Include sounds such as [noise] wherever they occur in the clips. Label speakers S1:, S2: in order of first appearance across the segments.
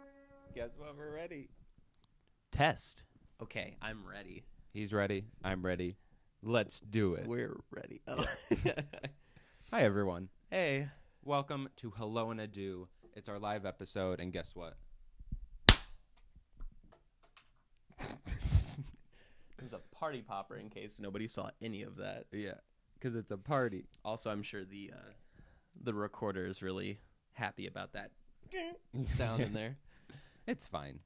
S1: podcast when we're ready.
S2: Test.
S1: Okay, I'm ready.
S3: He's ready. I'm ready. Let's do it.
S1: We're ready. Oh.
S3: Hi, everyone.
S1: [laughs] hey.
S3: Welcome to Hello and Adieu. It's our live episode, and guess
S1: [laughs]
S3: what?
S1: There's a party popper in case nobody saw any of that.
S3: Yeah, because it's a
S1: [laughs]
S3: party.
S1: Also, I'm sure the uh, the recorder is really happy about that sound in there.
S3: It's fine.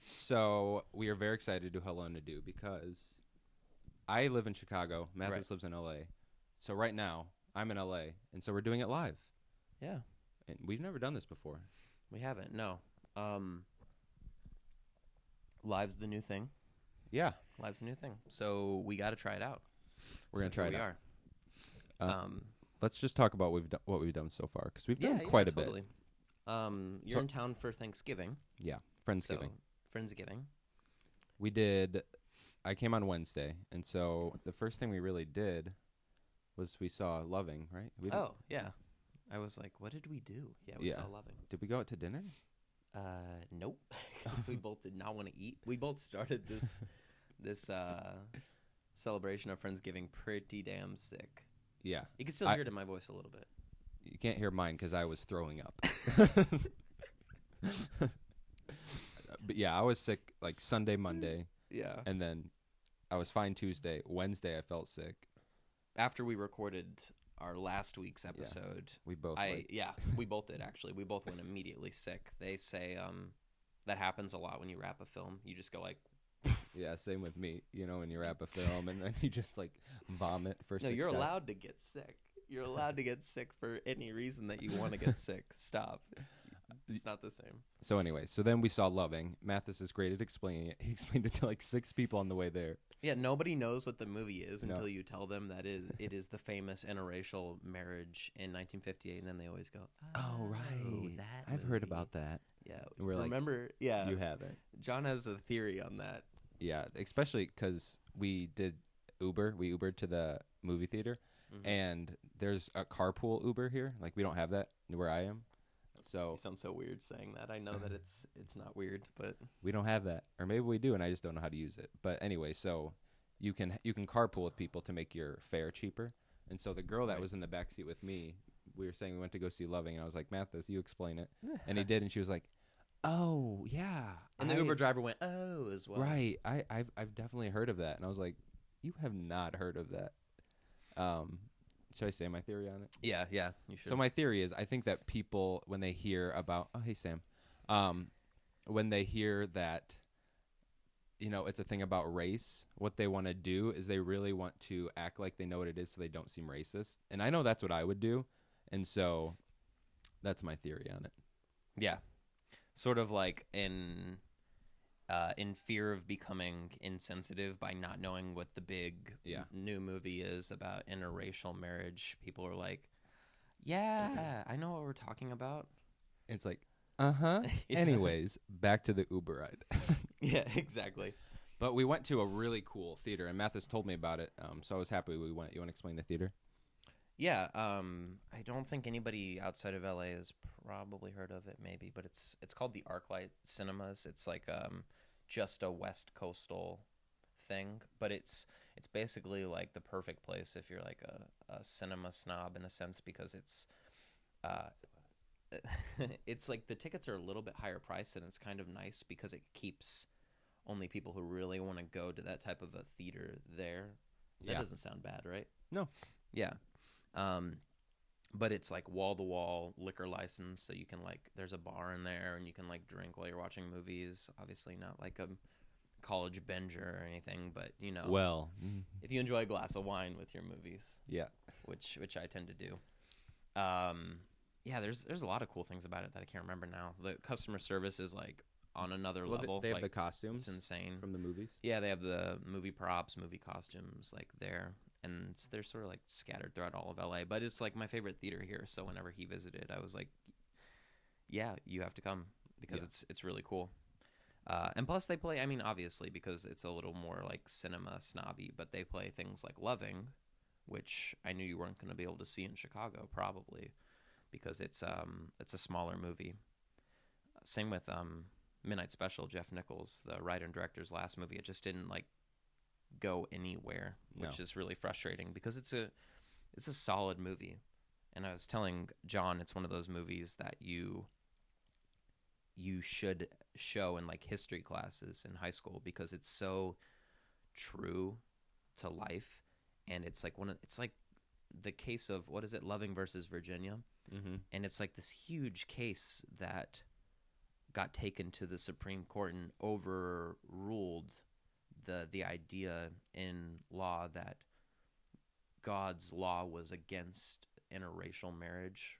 S3: So we are very excited to do Hello and Adieu because I live in Chicago. Mathis lives in LA. So right now I'm in LA, and so we're doing it live.
S1: Yeah,
S3: And we've never done this before.
S1: we haven't. No. Um, live's the new thing.
S3: Yeah,
S1: Live's the new thing. So we got to try it out.
S3: we're
S1: So
S3: gonna try
S1: here
S3: it.
S1: we
S3: out.
S1: Are.
S3: Uh,
S1: um,
S3: Let's just talk about we've done, what we've done so far because we've
S1: yeah,
S3: done
S1: yeah,
S3: quite a
S1: totally.
S3: bit.
S1: Um, you're
S3: So-
S1: in town for Thanksgiving.
S3: Friendsgiving.
S1: So, Friendsgiving.
S3: We did. I came on Wednesday, and so the first thing we really did was we saw Loving, right? We didn't-
S1: Oh, yeah. I was like, what did we do? Yeah, we
S3: Yeah.
S1: saw Loving.
S3: Did we go out to dinner?
S1: Uh, nope. [laughs] 'Cause we both did not want to eat. We both
S3: [laughs]
S1: started this this uh, celebration of Friendsgiving pretty damn sick.
S3: Yeah.
S1: You can still
S3: I-
S1: hear it in my voice a little bit.
S3: You can't hear mine because I was throwing
S1: [laughs]
S3: up. [laughs] but yeah, I was sick like Sunday, Monday,
S1: Yeah.
S3: and then I was fine Tuesday. Wednesday, I felt sick.
S1: After we recorded our last week's episode,
S3: We both.
S1: I
S3: like-
S1: yeah, we both did actually. We both went immediately sick. They say um, that happens a lot when you wrap a film. You just go like,
S3: yeah, same with me. You know, when you wrap a film and then you just like vomit for.
S1: No,
S3: six
S1: you're
S3: hours.
S1: allowed to get sick. You're allowed to get sick for any reason that you want to get
S3: [laughs]
S1: sick. Stop. It's not the same.
S3: So anyway, so then we saw Loving. Mathis is great at explaining it. [laughs] He explained it to like six people on the way there.
S1: Yeah, nobody knows what the movie is
S3: No.
S1: until you tell them that is it is the famous interracial marriage in 1958, and then they always go, "Oh, that
S3: I've heard
S1: movie."
S3: about that.
S1: Yeah,
S3: We're like,
S1: remember? yeah,
S3: you haven't.
S1: John has a theory on that.
S3: Uh, Yeah, especially because we did Uber. We Ubered to the movie theater,
S1: Mhm.
S3: and there's a carpool Uber here. Like we don't have that where I am, so
S1: You sound so weird saying that. I know that it's it's not weird, but
S3: we don't have that, or maybe we do, and I just don't know how to use it. But anyway, so you can you can carpool with people to make your fare cheaper. And so the girl that
S1: Right.
S3: was in the back seat with me, we were saying we went to go see Loving, and I was like, Mathis, you explain it, and he did, and she was like, Oh yeah,
S1: [laughs] and the
S3: I-
S1: Uber driver went, "Oh," as well.
S3: Right. I, I've I've definitely heard of that. And I was like, You have not heard of that. Um should I say my theory on it?
S1: Yeah, yeah. You should.
S3: So my theory is I think that people when they hear about oh hey Sam. Um when they hear that you know, it's a thing about race. What they want to do is they really want to act like they know what it is so they don't seem racist. And I know that's what I would do. And so that's my theory on it.
S1: Yeah. Sort of like in uh, in fear of becoming insensitive by not knowing what the big
S3: Yeah.
S1: n- new movie is about interracial marriage, people are like, "Yeah, I know what we're talking about." [laughs]
S3: It's like, uh-huh. [laughs]
S1: Yeah.
S3: Anyways, back to the Uber ride. [laughs]
S1: Yeah, exactly.
S3: But we went to a really cool theater, and Mathis told me about it, um, so I was happy we went. You want to explain the theater?
S1: Yeah, um, I don't think anybody outside of LA has probably heard of it, maybe, but it's it's called the ArcLight Cinemas. It's like um, just a West Coastal thing, but it's it's basically like the perfect place if you're like a, a cinema snob in a sense because it's uh, [laughs] it's like the tickets are a little bit higher priced and it's kind of nice because it keeps only people who really want to go to that type of a theater there. That
S3: Yeah.
S1: doesn't sound bad, right?
S3: No.
S1: Yeah. Um, but it's like wall to wall liquor license, so you can like there's a bar in there and you can like drink while you're watching movies. Obviously, not like a college binger or anything, but you know,
S3: Well, mm-hmm,
S1: if you enjoy a glass of wine with your movies,
S3: yeah,
S1: which which I tend to do. Um, yeah, there's there's a lot of cool things about it that I can't remember now. The customer service is like on another
S3: well, they-
S1: level.
S3: they have
S1: like,
S3: the costumes
S1: it's insane.
S3: from the movies.
S1: Yeah, they have the movie props, movie costumes, like there, and it's, they're sort of like scattered throughout all of LA. But it's like my favorite theater here. So whenever he visited, I was like, "Yeah, you have to come because
S3: Yeah.
S1: it's it's really cool." Uh, and plus, they play. I mean, obviously, because it's a little more like cinema snobby, but they play things like Loving, which I knew you weren't going to be able to see in Chicago probably because it's um it's a smaller movie. Same with um Midnight Special, Jeff Nichols, the writer and director's last movie, it just didn't like go anywhere, which is really frustrating because it's a it's a solid movie. And I was telling John, it's one of those movies that you you should show in like history classes in high school because it's so true to life and it's like one of it's like the case of what is it loving versus virginia
S3: Mm-hmm.
S1: and it's like this huge case that got taken to the Supreme Court and overruled the the idea in law that God's law was against interracial marriage.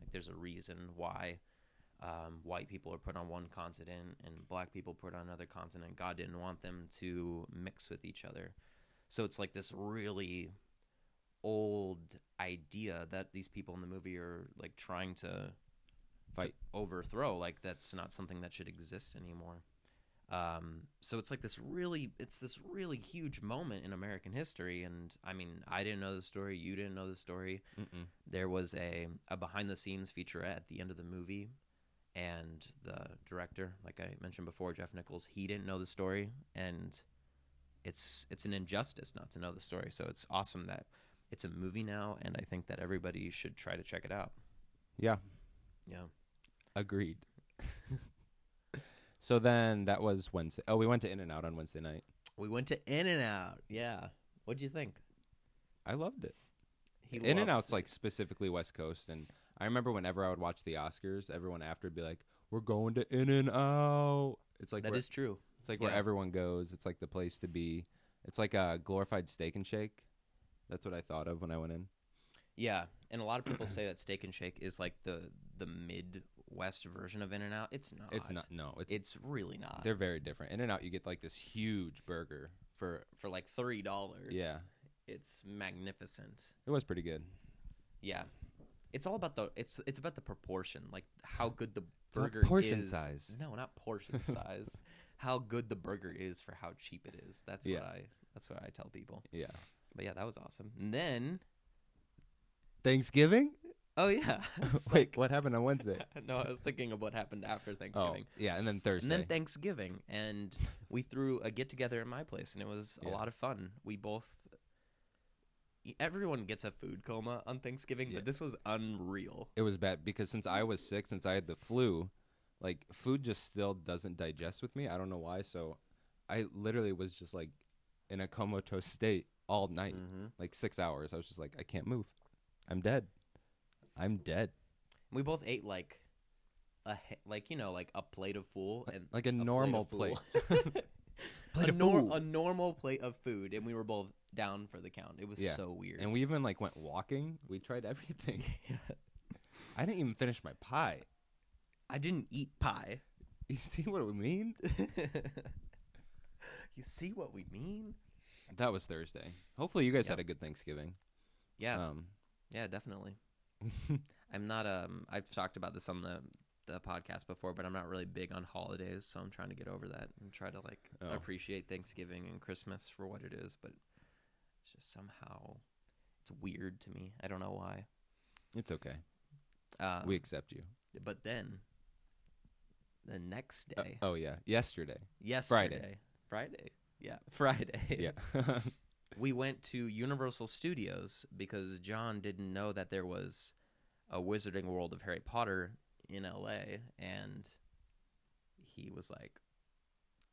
S1: Like there's a reason why um, white people are put on one continent and black people put on another continent. God didn't want them to mix with each other. So it's like this really old idea that these people in the movie are like trying to
S3: Fight.
S1: to overthrow like that's not something that should exist anymore um so it's like this really it's this really huge moment in american history and i mean i didn't know the story you didn't know the story
S3: Mm-mm.
S1: there was a, a behind the scenes featurette at the end of the movie and the director like i mentioned before jeff nichols he didn't know the story and it's it's an injustice not to know the story so it's awesome that it's a movie now and i think that everybody should try to check it out
S3: Yeah,
S1: yeah
S3: agreed. [laughs] so then that was Wednesday. Oh, we went to In and Out on Wednesday night.
S1: we went to in and out yeah what'd you think
S3: I loved it.
S1: he
S3: In and
S1: loves
S3: Out's like specifically West Coast, and I remember whenever I would watch the Oscars, everyone after would be like, "We're going to In and Out." It's like
S1: that
S3: where-
S1: is true
S3: It's like where
S1: Yeah.
S3: everyone goes. It's like the place to be. It's like a glorified steak and shake. That's what I thought of when I went in.
S1: Yeah, and a lot of people say that Steak and Shake is like the the Midwest version of In and Out. It's not.
S3: It's not. No, it's,
S1: It's really not.
S3: they're very different. In and out, you get like this huge burger for.
S1: for like three dollars.
S3: Yeah,
S1: it's magnificent.
S3: it was pretty good.
S1: Yeah, it's all about the it's it's about the proportion, like how good the
S3: not
S1: burger
S3: portion
S1: is.
S3: size.
S1: No, not
S3: [laughs]
S1: portion size. How good the burger is for how cheap it is. That's
S3: Yeah.
S1: what I that's what I tell people.
S3: Yeah.
S1: But yeah, that was awesome. And then
S3: Thanksgiving.
S1: oh yeah, [laughs]
S3: [laughs]
S1: it's
S3: Wait, what happened on
S1: [laughs]
S3: Wednesday?
S1: like- no, I was thinking of what happened after
S3: oh,
S1: Thanksgiving.
S3: yeah, and then Thursday.
S1: And then Thanksgiving, and we threw a get together at my place, and it was a
S3: Yeah.
S1: lot of fun. We both, e, everyone gets a food coma on Thanksgiving,
S3: Yeah.
S1: but this was unreal.
S3: it was bad because since I was sick, since I had the flu, like food just still doesn't digest with me. I don't know why. So, I literally was just like in a comatose state all night. like six hours. I was just like, I can't move. I'm dead. I'm dead.
S1: We both ate like a he- like you know like a plate of fool and
S3: Like a,
S1: a
S3: normal
S1: plate.
S3: plate. [laughs]
S1: of fool.
S3: Plate
S1: a,
S3: of
S1: nor-
S3: fool.
S1: a normal plate of food, and we were both down for the count. It was
S3: Yeah.
S1: so weird.
S3: And we even like went walking. We tried [laughs] everything. I didn't even finish my pie.
S1: [laughs]
S3: [laughs]
S1: I didn't eat pie. [laughs]
S3: You see what we mean?
S1: you see what we mean?
S3: That was Thursday. Hopefully, you guys
S1: Yep.
S3: had a good Thanksgiving.
S1: Yeah,
S3: Um, [laughs]
S1: yeah, definitely. I'm not um I've talked about this on the the podcast before, but I'm not really big on holidays, so I'm trying to get over that and try to like
S3: Oh.
S1: appreciate Thanksgiving and Christmas for what it is, but it's just somehow it's weird to me. I don't know why.
S3: it's okay.
S1: Um,
S3: we accept you.
S1: but then the next
S3: Uh,
S1: day,
S3: oh yeah, [laughs] yesterday.
S1: yesterday, Friday. Friday. Yeah, [laughs] Friday.
S3: Yeah. [laughs]
S1: we went to Universal Studios because John didn't know that there was a Wizarding World of Harry Potter in LA, and he was like,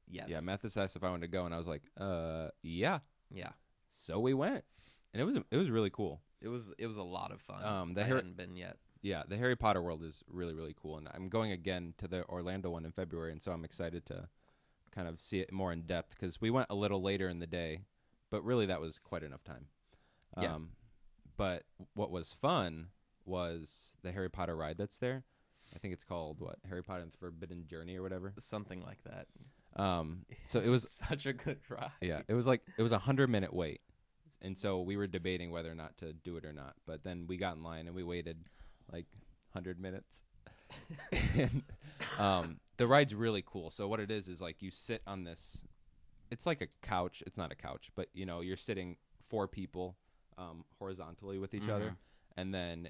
S1: "Yes,
S3: Yeah. Mathis asked if I wanted to go, and I was like, uh, yeah.
S1: yeah."
S3: So we went, and it was it was really cool.
S1: It was it was a lot of fun.
S3: Um, the
S1: I
S3: Har-
S1: hadn't been yet.
S3: Yeah, the Harry Potter world is really really cool, and I'm going again to the Orlando one in February, and so I'm excited to kind of see it more in depth because we went a little later in the day, but really that was quite enough time.
S1: Yeah.
S3: Um, but what was fun was the Harry Potter ride that's there. I think it's called what Harry Potter and the Forbidden Journey or whatever.
S1: Something like that.
S3: Um, so it was
S1: [laughs] such a good ride.
S3: yeah, it was like it was a hundred minute wait, and so we were debating whether or not to do it or not. But then we got in line and we waited like hundred minutes. and um, the ride's really cool. So what it is is like you sit on this. It's like a couch. It's not a couch, but you know you're sitting four people um, horizontally with each other, and then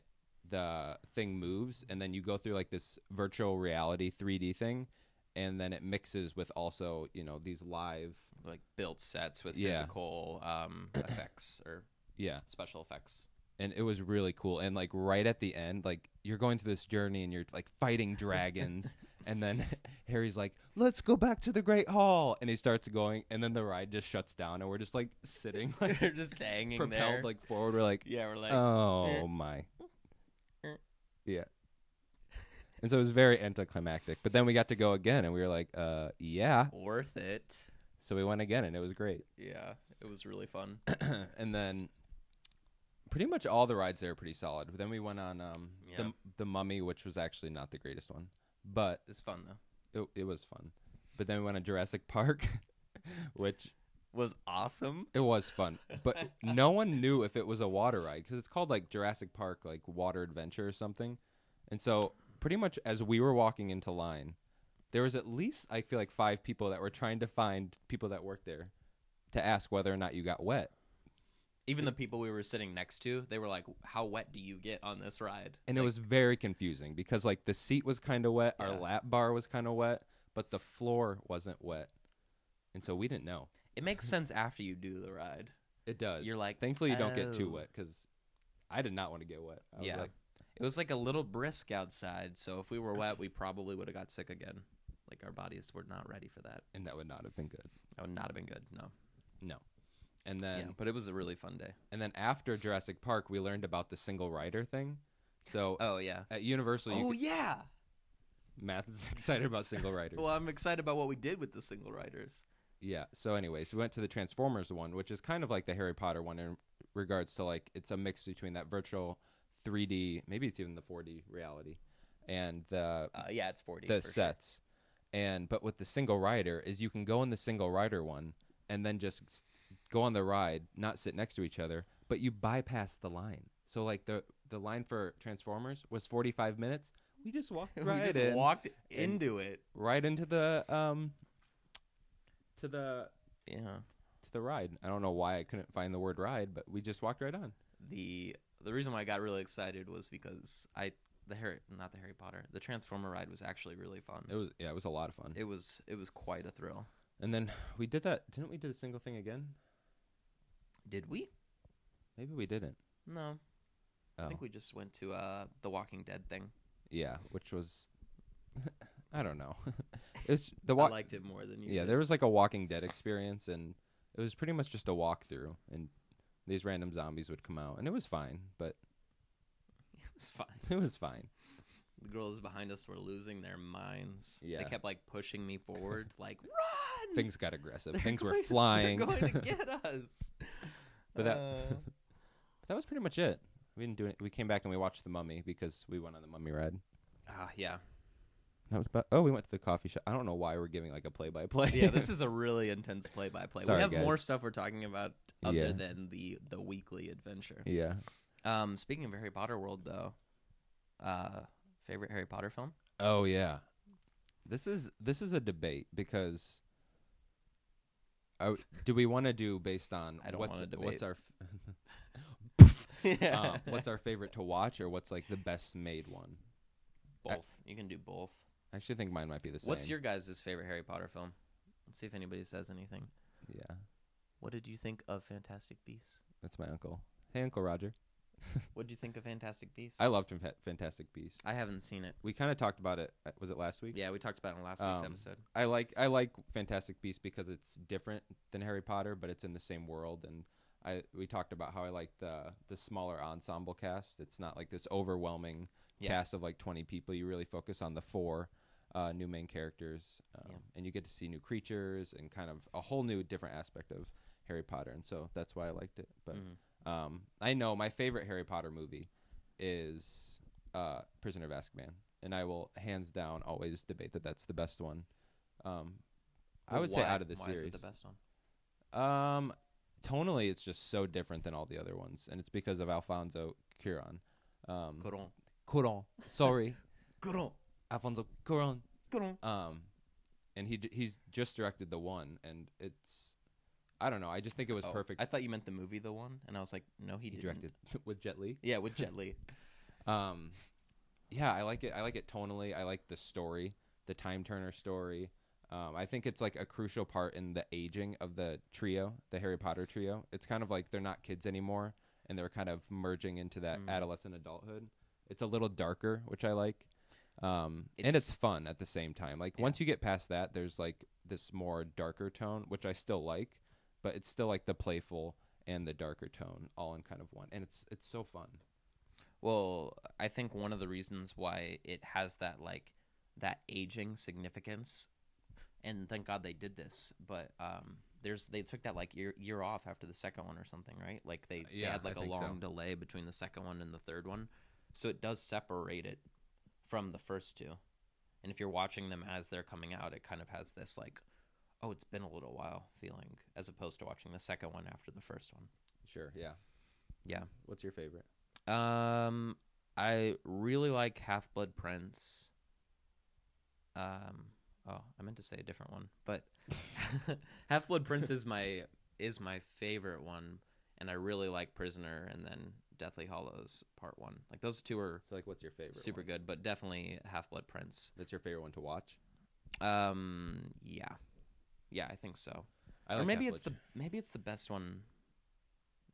S3: the thing moves, and then you go through like this virtual reality 3D thing, and then it mixes with also you know these live
S1: like built sets with
S3: Yeah.
S1: physical
S3: [coughs]
S1: um, effects or
S3: yeah
S1: special [laughs] effects.
S3: and it was really cool and like right at the end like you're going through this journey and you're like fighting
S1: [laughs]
S3: dragons and then [laughs] harry's like let's go back to the great hall and he starts going and then the ride just shuts down and we're just like sitting like
S1: They're just hanging
S3: propelled
S1: there.
S3: like forward we're like
S1: yeah, we're [laughs] like,
S3: oh
S1: "Er,
S3: my
S1: er."
S3: yeah and so it was very anticlimactic but then we got to go again and we were like uh yeah
S1: worth it.
S3: so we went again and it was great
S1: Yeah, it was really fun.
S3: and then pretty much all the rides there are pretty solid. But then we went on um,
S1: Yeah.
S3: the the Mummy, which was actually not the greatest one, but
S1: It's fun though.
S3: it, it was fun. But then we went on Jurassic Park, [laughs] which
S1: Was awesome.
S3: it was fun. But no one knew if it was a water ride because it's called like Jurassic Park, like water adventure or something. And so pretty much as we were walking into line, there was at least I feel like five people that were trying to find people that worked there to ask whether or not you got wet.
S1: Even the people we were sitting next to, they were like, "How wet do you get on this ride?"
S3: and it
S1: Like,
S3: was very confusing because like the seat was kind of wet, our
S1: Yeah.
S3: lap bar was kind of wet, but the floor wasn't wet, and so we didn't know.
S1: It [laughs] makes sense after you do the ride.
S3: It does.
S1: You're like,
S3: thankfully you don't get too
S1: "Oh."
S3: wet because I did not want to get wet. I was
S1: Yeah.
S3: like,
S1: It was like a little brisk outside, so if we were wet, we probably would have got sick again. Like our bodies were not ready for that.
S3: and that would not have been good.
S1: That would not have been good. No.
S3: No. And then
S1: yeah, but it was a really fun day.
S3: and then after Jurassic Park, we learned about the single rider thing. So
S1: Oh yeah.
S3: at Universal, you [laughs] could-
S1: Oh, yeah.
S3: Matt is excited about single riders.
S1: Well, I'm excited about what we did with the single riders.
S3: Yeah. So, anyways, we went to the Transformers one, which is kind of like the Harry Potter one in regards to like it's a mix between that virtual 3D, maybe it's even the 4D reality, and the
S1: Uh, yeah, it's 40.
S3: the
S1: for sure.
S3: sets. And but with the single rider is you can go in the single rider one and then just s- go on the ride, not sit next to each other, but you bypass the line. So like the the line for Transformers was 45 minutes. We just walked right
S1: [laughs] [laughs] we just
S3: in
S1: walked into it.
S3: right into the um to the
S1: Yeah.
S3: to the ride. I don't know why I couldn't find the word ride, but we just walked right on.
S1: The the reason why I got really excited was because I the Harry not the Harry Potter the Transformer ride was actually really fun.
S3: It was yeah, it was a lot of fun.
S1: It was it was quite a thrill.
S3: and then we did that. Didn't we do the single thing again?
S1: Did we?
S3: Maybe we didn't.
S1: No,
S3: Oh,
S1: I think we just went to uh the Walking Dead thing.
S3: yeah, which was [laughs] I don't know. [laughs] it's the
S1: I
S3: walk.
S1: liked it more than you.
S3: yeah,
S1: did.
S3: there was like a Walking Dead experience, and it was pretty much just a walkthrough, and these random zombies would come out, and it was fine, but [laughs]
S1: it was fun.
S3: it was fine.
S1: The girls behind us were losing their minds.
S3: Yeah.
S1: they kept like pushing
S3: [laughs]
S1: me forward, like run.
S3: Things got aggressive.
S1: [laughs] They're
S3: Things
S1: going- [laughs]
S3: were flying.
S1: They're
S3: [laughs]
S1: going to get us.
S3: But that-
S1: Uh,
S3: that was pretty much it. We didn't do it. We came back and we watched The Mummy because we went on the Mummy ride.
S1: ah, yeah,
S3: That was about. Oh, we went to the coffee shop. I don't know why we're giving like a play by play. [laughs]
S1: yeah. This is a really intense play-by-play.
S3: Sorry,
S1: we have
S3: guys.
S1: more stuff we're talking about other
S3: Yeah.
S1: than the the weekly adventure.
S3: yeah.
S1: Um, speaking of Harry Potter world, though, uh, favorite Harry
S3: [laughs]
S1: Potter film?
S3: Oh yeah. This is this is a debate because. I w do we want to do based on
S1: I don't
S3: what's
S1: wanna debate.
S3: what's our
S1: [laughs]
S3: f- um, what's our favorite to watch or what's like the best made one?
S1: both? You can do both.
S3: I actually think mine might be the same.
S1: What's your guys' favorite Harry Potter film? Let's see if anybody says anything.
S3: yeah?
S1: What did you think of Fantastic Beasts?
S3: That's my uncle. Hey, Uncle Roger.
S1: What did you think of Fantastic Beasts?
S3: I loved Fan- Fantastic Beasts.
S1: I haven't seen it.
S3: we kind of talked about it. uh, Was it last week?
S1: Yeah, we talked about it in last week's
S3: Um,
S1: episode.
S3: I like I like Fantastic Beasts because it's different than Harry Potter, but it's in the same world. And I we talked about how I like the the smaller ensemble cast. It's not like this overwhelming
S1: Yeah.
S3: cast of like twenty people. You really focus on the four uh, new main characters, um,
S1: Yeah.
S3: and you get to see new creatures and kind of a whole new different aspect of Harry Potter. And so that's why I liked it. But
S1: Mhm.
S3: um, I know my favorite Harry Potter movie is uh, Prisoner of Azkaban, and I will hands down always debate that that's the best one. Um, I
S1: But
S3: would say
S1: why-
S3: out of the
S1: why
S3: series.
S1: Is it the best one?
S3: Um, tonally, it's just so different than all the other ones, and it's because of Alfonso Cuarón. Um,
S1: Coron.
S3: Cuarón, [laughs] sorry,
S1: Coron.
S3: Alfonso Cuarón.
S1: Coron.
S3: Um, and he j- he's just directed the one, and it's I don't know. I just think it was perfect.
S1: Oh, I thought you meant the movie, the one, and I was like, no, he,
S3: he
S1: didn't.
S3: directed [laughs] with Jet Li.
S1: Yeah, with Jet Li.
S3: Um, yeah, I like it. I like it tonally. I like the story. the Time Turner story. Um, I think it's like a crucial part in the aging of the trio, the Harry Potter trio. It's kind of like they're not kids anymore, and they're kind of merging into that
S1: Mm.
S3: adolescent adulthood. It's a little darker, which I like, um, and
S1: It's-
S3: it's fun at the same time. Like
S1: Yeah.
S3: once you get past that, there's like this more darker tone, which I still like, but it's still like the playful and the darker tone all in kind of one, and it's it's so fun.
S1: Well, I think one of the reasons why it has that like that aging significance, and thank God they did this. But um, there's they took that like year year off after the second one or something, right? Like they, they
S3: Yeah,
S1: had
S3: I
S1: like a
S3: think so.
S1: long delay between the second one and the third one, so it does separate it from the first two. And if you're watching them as they're coming out, it kind of has this like, oh, it's been a little while feeling, as opposed to watching the second one after the first one.
S3: Sure, yeah,
S1: Yeah.
S3: What's your favorite?
S1: Um, I really like Half Blood Prince. Um, oh, I meant to say a different one, but [laughs] Half Blood Prince is my is my favorite one, and I really like Prisoner and then Deathly Hollows Part One. Like those two are
S3: So like, what's your favorite?
S1: super
S3: one?
S1: good, but definitely Half Blood Prince.
S3: That's your favorite one to watch.
S1: Um, yeah, yeah, I think so.
S3: I
S1: or
S3: like
S1: maybe
S3: Half
S1: it's
S3: Blood-
S1: the maybe it's the best one.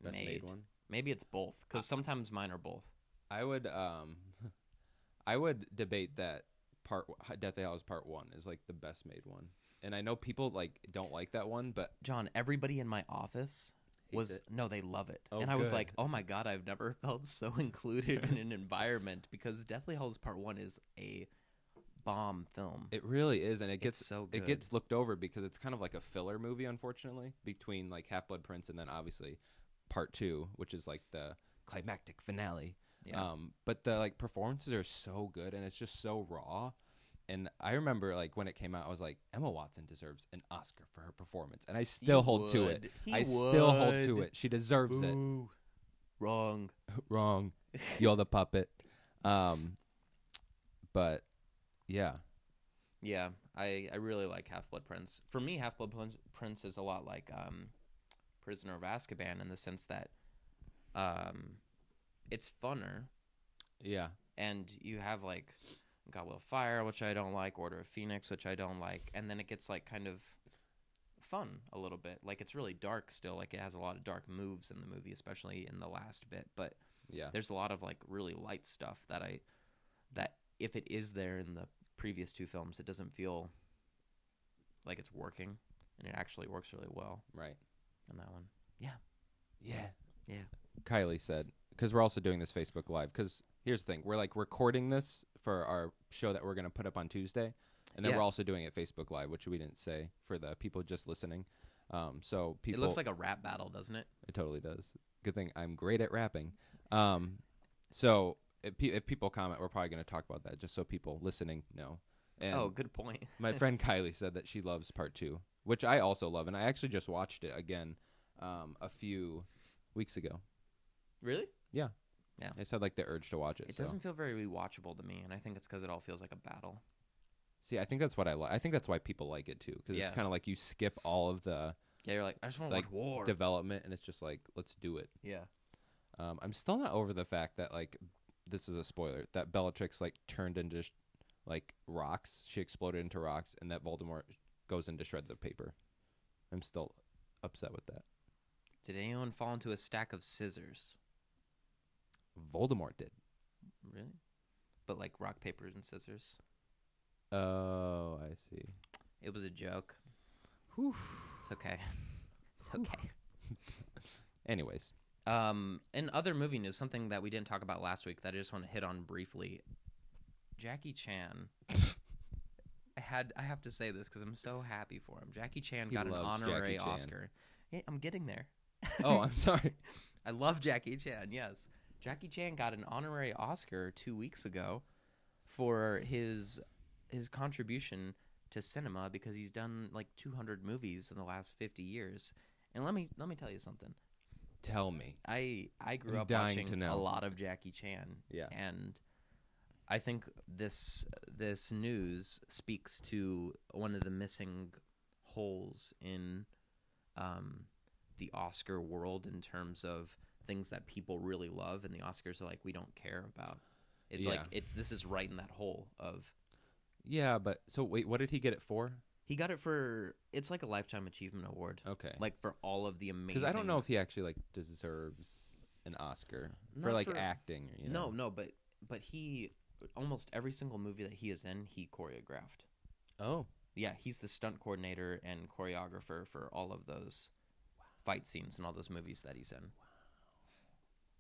S3: best made,
S1: made.
S3: one. Uh,
S1: Maybe it's both because sometimes mine are both.
S3: I would um, [laughs] I would debate that part Ho- Deathly Hallows Part One is like the best made one, and I know people like don't like that one, but
S1: John, everybody in my office
S3: Hates
S1: was
S3: it.
S1: no, they love it.
S3: Oh,
S1: and I was
S3: good.
S1: like, oh my god, I've never [laughs] felt so included in an environment because Deathly Hallows Part One is a bomb film.
S3: it really is, and it gets
S1: it's so good.
S3: it gets looked over because it's kind of like a filler movie, unfortunately, between like Half Blood Prince and then obviously Part Two, which is like the climactic finale.
S1: Yeah.
S3: Um, but the like performances are so good, and it's just so raw. And I remember like when it came out, I was like, Emma Watson deserves an Oscar for her performance, and I still hold to it.
S1: would. He
S3: I still hold to
S1: would.
S3: it. She deserves it
S1: Boo. Wrong.
S3: [laughs] wrong. You're the puppet. Um, but yeah,
S1: Yeah, I, I really like Half Blood Prince. For me, Half Blood Prince, Prince is a lot like um, Prisoner of Azkaban in the sense that um, it's funner,
S3: yeah,
S1: and you have like God Will Fire, which I don't like, Order of Phoenix, which I don't like, and then it gets like kind of fun a little bit. Like it's really dark still. Like it has a lot of dark moves in the movie, especially in the last bit. But
S3: yeah,
S1: there's a lot of like really light stuff that I that if it is there in the previous two films, it doesn't feel like it's working, and it actually works really well
S3: right.
S1: in that one.
S3: Yeah,
S1: Yeah.
S3: Kylie said because we're also doing this Facebook Live. Because here's the thing: we're like recording this for our show that we're gonna put up on Tuesday, and then
S1: Yeah.
S3: we're also doing it Facebook Live, which we didn't say for the people just listening. Um, so people,
S1: It looks like a rap battle, doesn't it?
S3: It totally does. Good thing I'm great at rapping. Um, so if, pe- if people comment, we're probably going to talk about that just so people listening know. And
S1: oh, good point. [laughs]
S3: my friend Kylie said that she loves part two, which I also love, and I actually just watched it again um, a few weeks ago.
S1: Really?
S3: I just had like the urge to watch it.
S1: It
S3: so.
S1: doesn't feel very watchable to me, and I think it's because it all feels like a battle.
S3: See, I think that's what I like. I think that's why people like it too, because
S1: Yeah.
S3: it's kind of like you skip all of the
S1: Yeah, you're like, I just want to
S3: Like,
S1: watch war.
S3: development, and it's just like let's do it.
S1: yeah.
S3: Um, I'm still not over the fact that like this is a spoiler that Bellatrix like turned into sh- like rocks. She exploded into rocks, and that Voldemort goes into shreds of paper. I'm still upset with that.
S1: Did anyone fall into a stack of scissors?
S3: Voldemort did.
S1: Really? But like rock, paper, and scissors.
S3: Oh, I see.
S1: It was a joke.
S3: Whew.
S1: It's okay. [laughs] It's okay.
S3: Anyways,
S1: [laughs] Um, in other movie news, something that we didn't talk about last week that I just want to hit on briefly. Jackie Chan. [laughs] I had I have to say this because I'm so happy for him. Jackie Chan
S3: He
S1: got an
S3: loves Jackie
S1: honorary
S3: Chan.
S1: Oscar. Yeah, I'm getting there.
S3: oh, I'm sorry.
S1: I love Jackie Chan. Yes, Jackie Chan got an honorary Oscar two weeks ago for his his contribution to cinema because he's done like 200 movies in the last 50 years. And let me let me tell you something.
S3: Tell me.
S1: I I grew
S3: I'm
S1: up
S3: dying
S1: watching
S3: to
S1: a
S3: know.
S1: lot of Jackie Chan,
S3: Yeah.
S1: and I think this this news speaks to one of the missing holes in um, the Oscar world in terms of things that people really love, and the Oscars are like we don't care about. It like
S3: Yeah.
S1: it's this is right in that hole of
S3: Yeah, but so wait, what did he get it for?
S1: He got it for it's like a lifetime achievement award,
S3: Okay,
S1: like for all of the amazing.
S3: because I don't know if he actually like deserves an Oscar for
S1: Not
S3: like
S1: for-
S3: acting. You know?
S1: No, no, but but he almost every single movie that he is in, he choreographed.
S3: Oh,
S1: Yeah, he's the stunt coordinator and choreographer for all of those fight scenes and all those movies that he's in.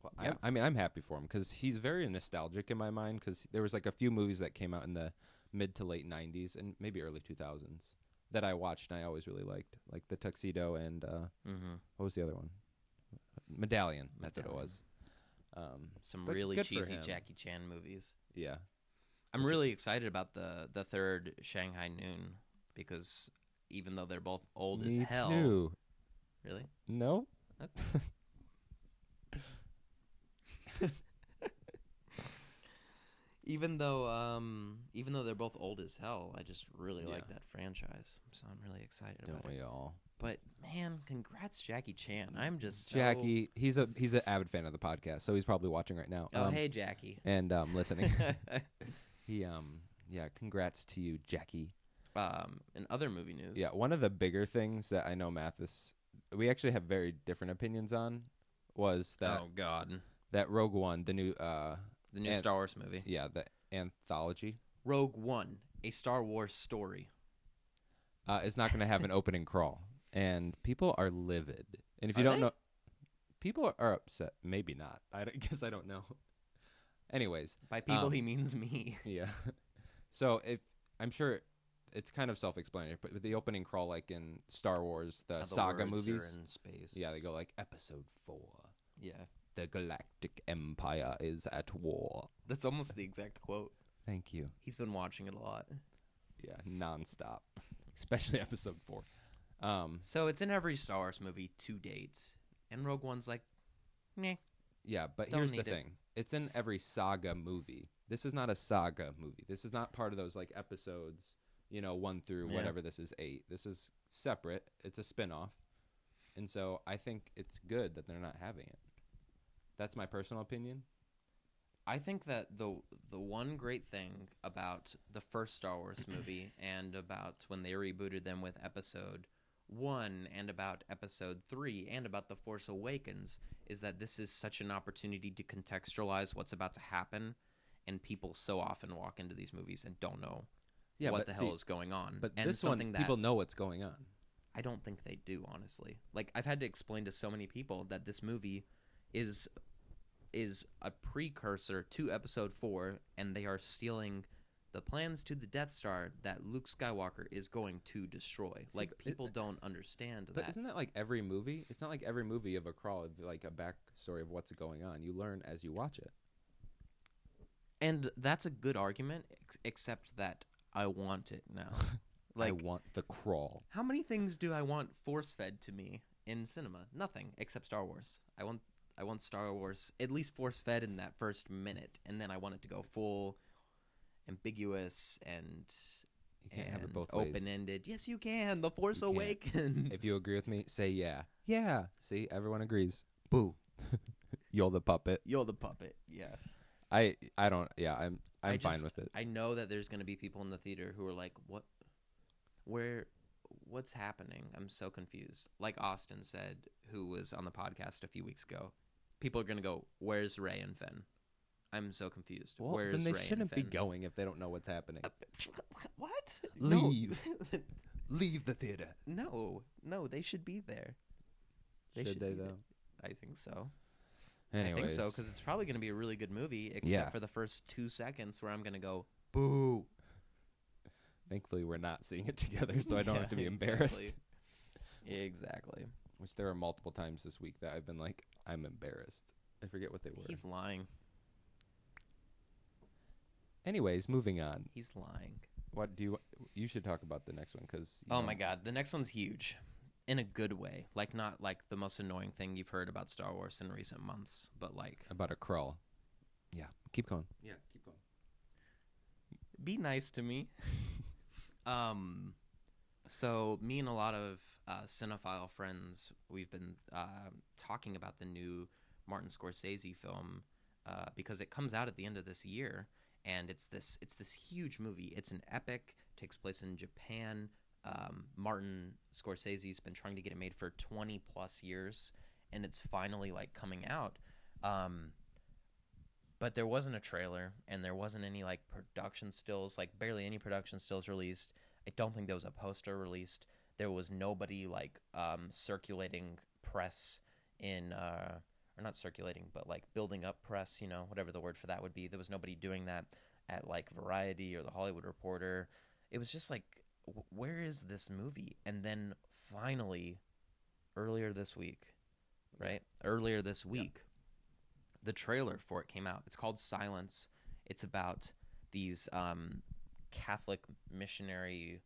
S3: Well,
S1: Yeah.
S3: I, I mean, I'm happy for him because he's very nostalgic in my mind. Because there was like a few movies that came out in the mid to late '90s and maybe early 2000s that I watched and I always really liked, like the Tuxedo and uh,
S1: Mm-hmm.
S3: what was the other one? Medallion. That's what it
S1: Medallion.
S3: was. Um,
S1: Some
S3: But
S1: really
S3: good for
S1: cheesy
S3: him.
S1: Jackie Chan movies.
S3: yeah,
S1: I'm
S3: Which-
S1: really excited about the the third Shanghai Noon because even though they're both old as
S3: Me
S1: hell,
S3: too.
S1: really,
S3: No.
S1: even though um even though they're both old as hell, I just really like
S3: Yeah.
S1: that franchise, so I'm really excited
S3: Don't
S1: about it.
S3: we all?
S1: But man, congrats Jackie Chan. I'm just so-
S3: Jackie, he's a he's an avid fan of the podcast, so he's probably watching right now.
S1: Oh
S3: um,
S1: hey Jackie.
S3: and um, listening. he um yeah, congrats to you, Jackie.
S1: [laughs] um, in other movie news,
S3: Yeah, one of the bigger things that I know Mathis we actually have very different opinions on was that
S1: oh god,
S3: that Rogue One, the new uh
S1: the new
S3: And-
S1: Star Wars movie,
S3: yeah, the anthology
S1: Rogue One, a Star Wars story.
S3: uh is not going to
S1: [laughs]
S3: have an opening crawl and people are livid. And if you
S1: Are
S3: don't
S1: they?
S3: know people are upset, maybe not. [laughs] I don't- guess I don't know. Anyways,
S1: By people,
S3: Um,
S1: he means me.
S3: yeah. [laughs] So if I'm sure it's kind of self-explanatory, but with the opening crawl like in Star Wars, the,
S1: How [laughs] the
S3: saga
S1: words are
S3: movies.
S1: in space.
S3: Yeah, they go like episode 4.
S1: Yeah,
S3: the galactic empire is at war.
S1: that's almost the exact quote.
S3: Thank you.
S1: He's been watching it a lot,
S3: Yeah, nonstop, especially episode four. Um,
S1: so it's in every Star Wars movie to date. And Rogue One's like, meh.
S3: yeah, but
S1: Don't
S3: here's the
S1: need it.
S3: thing: it's in every saga movie. This is not a saga movie. This is not part of those like episodes, you know, one through
S1: Yeah.
S3: whatever. This is eight. This is separate. It's a spin-off. and so I think it's good that they're not having it. That's my personal opinion.
S1: I think that the the one great thing about the first Star
S3: [clears throat]
S1: Wars movie and about when they rebooted them with episode 1 and about episode 3 and about The Force Awakens is that this is such an opportunity to contextualize what's about to happen and people so often walk into these movies and don't know
S3: Yeah,
S1: what
S3: but
S1: the
S3: see-
S1: hell is going on.
S3: But
S1: and
S3: this one,
S1: something that
S3: people know what's going on.
S1: I don't think they do, honestly. Like I've had to explain to so many people that this movie is is a precursor to episode 4 and they are stealing the plans to the Death Star that Luke Skywalker is going to destroy.
S3: See,
S1: like
S3: but it-
S1: people don't understand
S3: But
S1: that.
S3: isn't that like every movie? It's not like every movie of a crawl, of, like a backstory of what's going on. You learn as you watch it.
S1: and that's a good argument ex- except that I want it
S3: [laughs]
S1: now. like
S3: I want the crawl.
S1: how many things do I want force fed to me in cinema? Nothing except Star Wars. I want I want Star Wars at least force fed in that first minute, and then I want it to go full ambiguous and,
S3: You can't have it both
S1: open
S3: ways.
S1: ended. Yes, you can. The Force
S3: You can't.
S1: Awakens.
S3: If you agree with me, say yeah. Yeah. See, everyone agrees. Boo. [laughs] You're the puppet.
S1: you're the puppet. Yeah.
S3: I I don't. Yeah, I'm I'm
S1: I
S3: fine
S1: just-
S3: with it.
S1: I know that there's going to be people in the theater who are like, "What? Where? What's happening? I'm so confused." Like Austin said, who was on the podcast a few weeks ago, people are going to go, "Where's Ray and Finn?" I'm so confused.
S3: Well,
S1: Where's
S3: then they
S1: Ray
S3: shouldn't be
S1: and Finn?
S3: going if they don't know what's happening.
S1: [laughs] What?
S3: Leave. Leave the theater.
S1: No. [laughs] no, no, they should be there. They
S3: should,
S1: should
S3: they
S1: be the-
S3: though?
S1: I think so.
S3: Anyways,
S1: I think so because it's probably going to be a really good movie, except
S3: Yeah.
S1: for the first two seconds where I'm going to go, "Boo!"
S3: thankfully we're not seeing it together, [laughs] so I don't
S1: Yeah,
S3: have to [laughs]
S1: [laughs]
S3: be embarrassed.
S1: Exactly. exactly.
S3: Which there are multiple times this week that I've been like, I'm embarrassed. I forget what they were.
S1: He's lying.
S3: Anyways, moving on.
S1: He's lying.
S3: What do you you should talk about the next one because
S1: Oh my god, the next one's huge. In a good way. Like not like the most annoying thing you've heard about Star Wars in recent months, but like
S3: about a crawl. Yeah, keep going.
S1: Yeah, keep going. Be nice to me. um, so me and a lot of uh, cinephile friends, we've been uh, talking about the new Martin Scorsese film uh, because it comes out at the end of this year, and it's this it's this huge movie. It's an epic. Takes place in Japan. Um, Martin Scorsese's been trying to get it made for 20 plus years, and it's finally like coming out. Um, but there wasn't a trailer, and there wasn't any like production stills, like barely any production stills released. I don't think there was a poster released. There was nobody like um, circulating press in uh, or not circulating, but like building up press, you know, whatever the word for that would be. There was nobody doing that at like Variety or the Hollywood Reporter. It was just like, w- where is this movie? And then finally, earlier this week, right? Earlier this week, the trailer for it came out. It's called Silence. It's about these um, Catholic missionary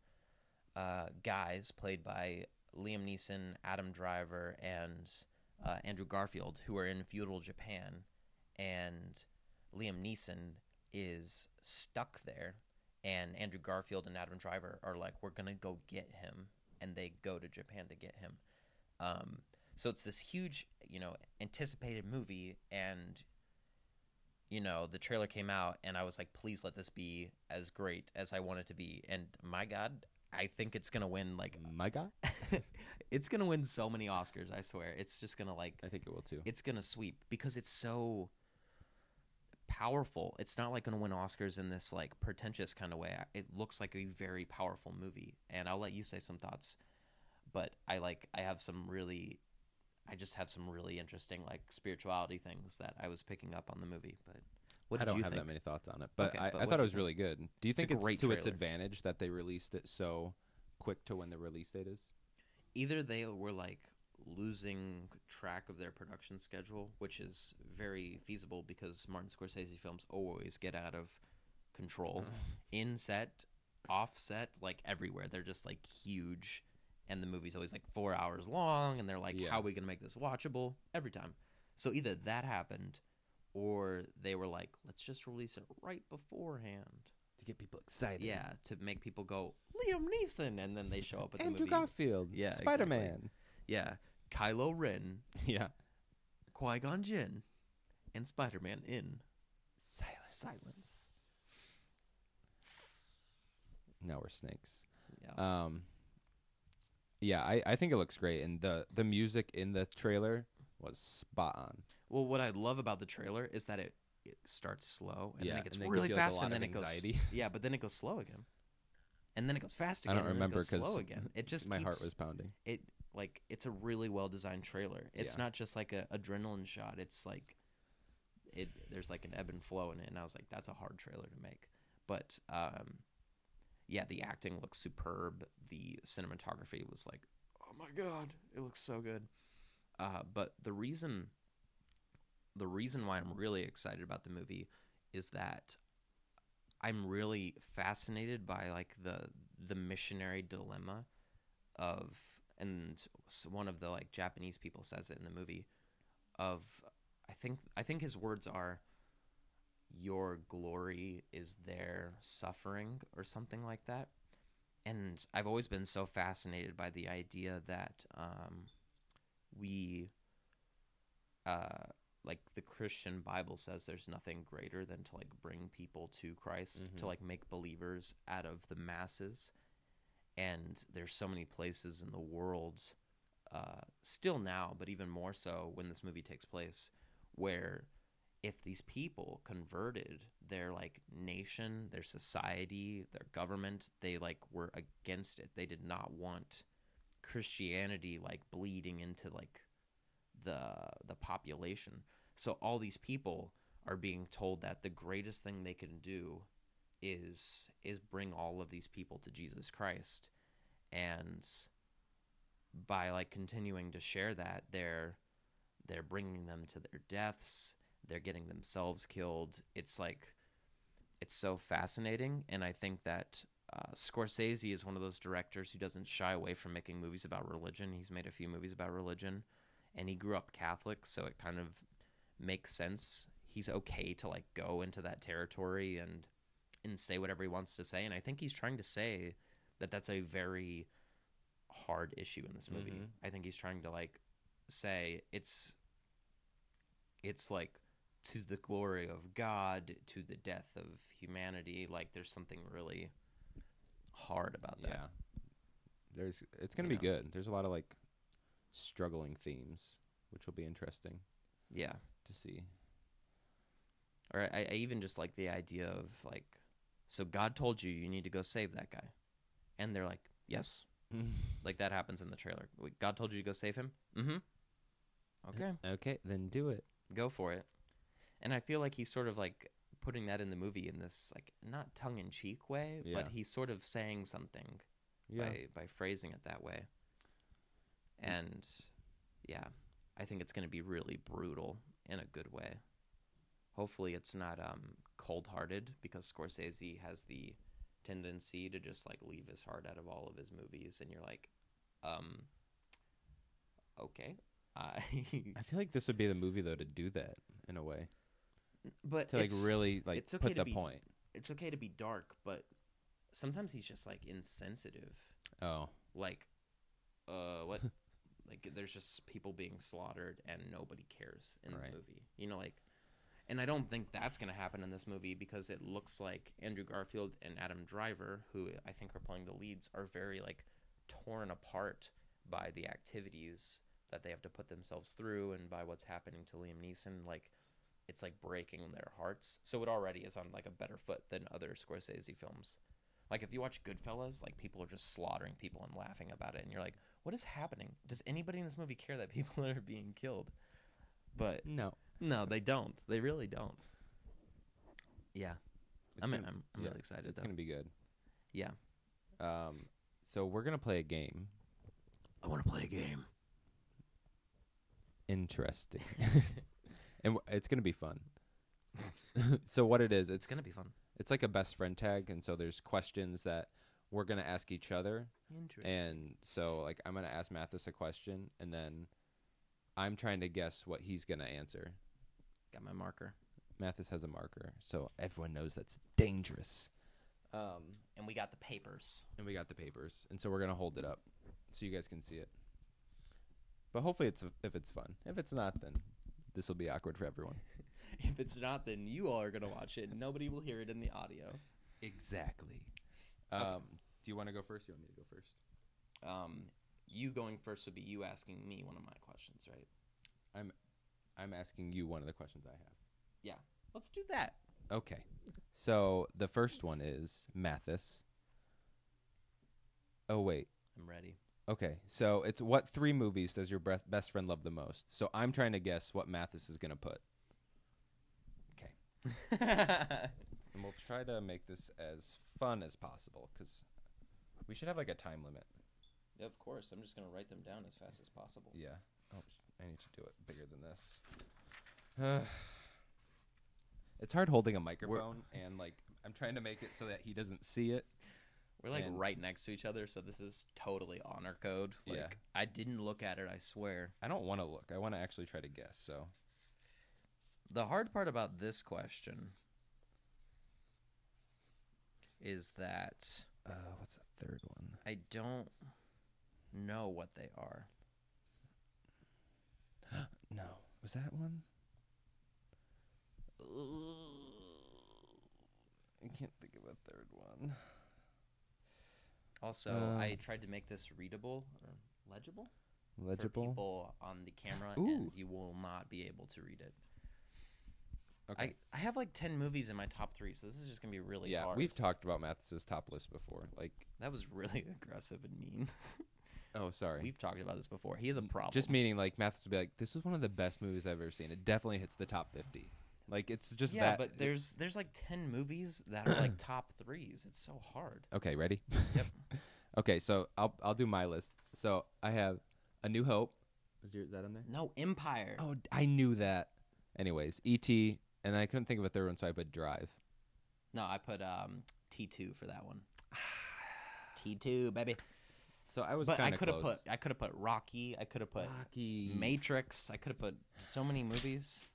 S1: uh, guys played by Liam Neeson, Adam Driver, and uh, Andrew Garfield, who are in feudal Japan, and Liam Neeson is stuck there, and Andrew Garfield and Adam Driver are like, "We're gonna go get him," and they go to Japan to get him. Um, so it's this huge, you know, anticipated movie, and you know, the trailer came out, and I was like, "Please let this be as great as I want it to be," and my God. I think it's gonna win like
S3: My God,
S1: [laughs] it's gonna win so many Oscars. I swear, it's just gonna like
S3: I think it will too.
S1: it's gonna sweep because it's so powerful. It's not like gonna win Oscars in this like pretentious kind of way. I- It looks like a very powerful movie, and I'll let you say some thoughts. But I like I have some really, I just have some really interesting like spirituality things that I was picking up on the movie. But what
S3: I
S1: did
S3: don't
S1: you
S3: have
S1: think?
S3: that many thoughts on it, but
S1: Okay,
S3: I,
S1: but
S3: I
S1: what
S3: thought it
S1: do you
S3: was
S1: think?
S3: really good. Do you
S1: It's a
S3: think it's,
S1: great
S3: to its
S1: trailer.
S3: advantage that they released it so quick to when the release date is?
S1: Either they were like losing track of their production schedule, which is very feasible because Martin Scorsese films always get out of control.
S3: Mm.
S1: in set, off set, like everywhere. They're just like huge, and the movie's always like four hours long, and they're like,
S3: Yeah.
S1: "How are we gonna make this watchable?" Every time. So either that happened, or they were like, "Let's just release it right beforehand."
S3: to get people excited.
S1: Yeah, to make people go Liam Neeson, and then they show up at the
S3: Andrew
S1: movie.
S3: Garfield.
S1: Yeah, exactly.
S3: Spider Man.
S1: Yeah, Kylo Ren,
S3: [laughs] Yeah.
S1: Qui Gon Jinn, and Spider Man in
S3: Silence.
S1: silence.
S3: Now we're snakes.
S1: Yeah.
S3: Um. Yeah, I, I think it looks great, and the the music in the trailer was spot on.
S1: Well, what I love about the trailer is that it, it starts slow and then
S3: Yeah,
S1: it gets
S3: and they give
S1: really
S3: you, like, a
S1: fast
S3: lot
S1: and
S3: of
S1: then it goes
S3: anxiety.
S1: yeah, but then it goes slow again, and then it goes fast
S3: I
S1: again.
S3: don't
S1: and
S3: remember
S1: then it goes slow
S3: 'cause
S1: again. It
S3: [laughs]
S1: just
S3: My heart
S1: keeps-
S3: was pounding.
S1: it like it's a really well designed trailer. It's
S3: Yeah.
S1: not just like a adrenaline shot. It's like it there's like an ebb and flow in it, and I was like, that's a hard trailer to make. But um, yeah, the acting looks superb. The cinematography was like, oh my god, it looks so good. Uh, but the reason the reason why I'm really excited about the movie is that I'm really fascinated by like the the missionary dilemma of and s- one of the like Japanese people says it in the movie of I think I think his words are your glory is their suffering or something like that and I've always been so fascinated by the idea that um, we uh, like the Christian Bible says there's nothing greater than to like bring people to Christ
S3: Mhm.
S1: to like make believers out of the masses and there's so many places in the world uh, still now but even more so when this movie takes place where if these people converted their like nation their society their government they like were against it they did not want christianity like bleeding into like the the population so all these people are being told that the greatest thing they can do is is bring all of these people to Jesus Christ and by like continuing to share that they're they're bringing them to their deaths they're getting themselves killed it's like it's so fascinating and i think that uh, scorsese is one of those directors who doesn't shy away from making movies about religion he's made a few movies about religion and he grew up catholic so it kind of makes sense he's okay to like go into that territory and and say whatever he wants to say and i think he's trying to say that that's a very hard issue in this movie
S3: Mhm.
S1: i think he's trying to like say it's it's like to the glory of God, to the death of humanity. Like there's something really hard about that.
S3: Yeah. There's it's going to
S1: You
S3: be good. There's a lot of like struggling themes, which will be interesting
S1: Yeah.
S3: to see. [laughs]
S1: Or I, I even just like the idea of like, so God told you you need to go save that guy, and they're like, yes, like that happens in the trailer. Wait, God told you to go save him. Mm-hmm. Okay,
S3: okay, then do it.
S1: go for it. And I feel like he's sort of like putting that in the movie in this like not tongue in cheek way,
S3: Yeah.
S1: but he's sort of saying something
S3: Yeah.
S1: by by phrasing it that way. And yeah, I think it's going to be really brutal in a good way. Hopefully, it's not um, cold hearted because Scorsese has the tendency to just like leave his heart out of all of his movies, and you're like, um, okay.
S3: [laughs]
S1: I
S3: I feel like this would be the movie though to do that in a way
S1: but
S3: to like
S1: it's-
S3: really like
S1: it's okay
S3: put
S1: to
S3: the
S1: be-
S3: point.
S1: it's okay to be dark, but sometimes he's just like insensitive.
S3: Oh,
S1: like uh what like there's just people being slaughtered and nobody cares in
S3: Right.
S1: the movie you know like and i don't think that's going to happen in this movie because it looks like andrew garfield and adam driver who i think are playing the leads are very like torn apart by the activities that they have to put themselves through and by what's happening to liam neeson like it's like breaking their hearts so it already is on like a better foot than other scorsese films like if you watch Goodfellas, like people are just slaughtering people and laughing about it, and you're like, "What is happening? Does anybody in this movie care that people [laughs] are being killed?" But
S3: no.
S1: no, they don't. They really don't. Yeah,
S3: It's
S1: I mean,
S3: gonna-
S1: I'm, I'm
S3: yeah,
S1: really excited
S3: It's
S1: though.
S3: going to be good.
S1: Yeah,
S3: Um so we're going to play a game.
S1: I want to play a game. [laughs]
S3: Interesting. [laughs] and w- it's going to be fun. [laughs] so what it is,
S1: It's gonna be fun.
S3: it's like a best friend tag and so there's questions that we're going to ask each other
S1: Interesting.
S3: and so like i'm going to ask mathis a question and then i'm trying to guess what he's going to answer
S1: Got my marker,
S3: mathis has a marker so everyone knows that's dangerous um,
S1: and we got the papers.
S3: and we got the papers and so we're going to hold it up so you guys can see it but hopefully it's if it's fun if it's not then this will be awkward for everyone
S1: [laughs] If it's not, then you all are gonna watch it. and Nobody will hear it in the audio.
S3: exactly um, do you want to go first you want me to go first
S1: Um, you going first would be you asking me one of my questions, right?
S3: i'm asking you one of the questions i have
S1: Let's do that.
S3: Okay. So the first one is Mathis. Oh wait.
S1: I'm ready. [laughs]
S3: Okay. So it's what three movies does your breath- best friend love the most? So I'm trying to guess what Mathis is going to put. And we'll try to make this as fun as possible cuz we should have like a time limit.
S1: Of course, I'm just gonna write them down as fast as possible.
S3: Yeah. Oh, sh- I need to do it bigger than this. [sighs] it's hard holding a microphone and like I'm trying to make it so that he doesn't see it.
S1: We're like
S3: And-
S1: right next to each other, so this is totally honor code. Like
S3: Yeah.
S1: I didn't look at it, I swear.
S3: I don't want to look. I want to actually try to guess. So
S1: The hard part about this question is that
S3: Uh, what's the third one?
S1: I don't know what they are.
S3: No, was that one? I can't think of a third one.
S1: Also,
S3: Uh.
S1: I tried to make this readable or legible for
S3: Legible.
S1: people on the camera,
S3: Ooh.
S1: and you will not be able to read it.
S3: Okay.
S1: I, I have like ten movies in my top three, so this is just gonna be really
S3: yeah,
S1: hard.
S3: we've talked about Mathis's top list before. Like,
S1: That was really [laughs] aggressive and
S3: [laughs]
S1: mean.
S3: oh, sorry.
S1: We've talked about this before. He has a problem.
S3: just meaning like Mathis would be like, "This was one of the best movies I've ever seen. It definitely hits the top 50." Like, it's just
S1: yeah,
S3: that.
S1: but there's there's like ten movies that are like [clears throat] top threes. It's so hard.
S3: Okay, ready?
S1: Yep.
S3: [laughs] okay, so I'll I'll do my list. So I have A New Hope. Is, your, is that on there?
S1: No Empire.
S3: Oh, d- I knew that. Anyways, E.T. and I couldn't think of a third one, so I put Drive.
S1: No, I put um T two for
S3: [sighs]
S1: that one. T two baby.
S3: So I was
S1: But I
S3: kind of
S1: could have
S3: close.
S1: put I could have put Rocky. I could have put
S3: Rocky.
S1: Mm. Matrix. I could have put so many movies.
S3: Mm,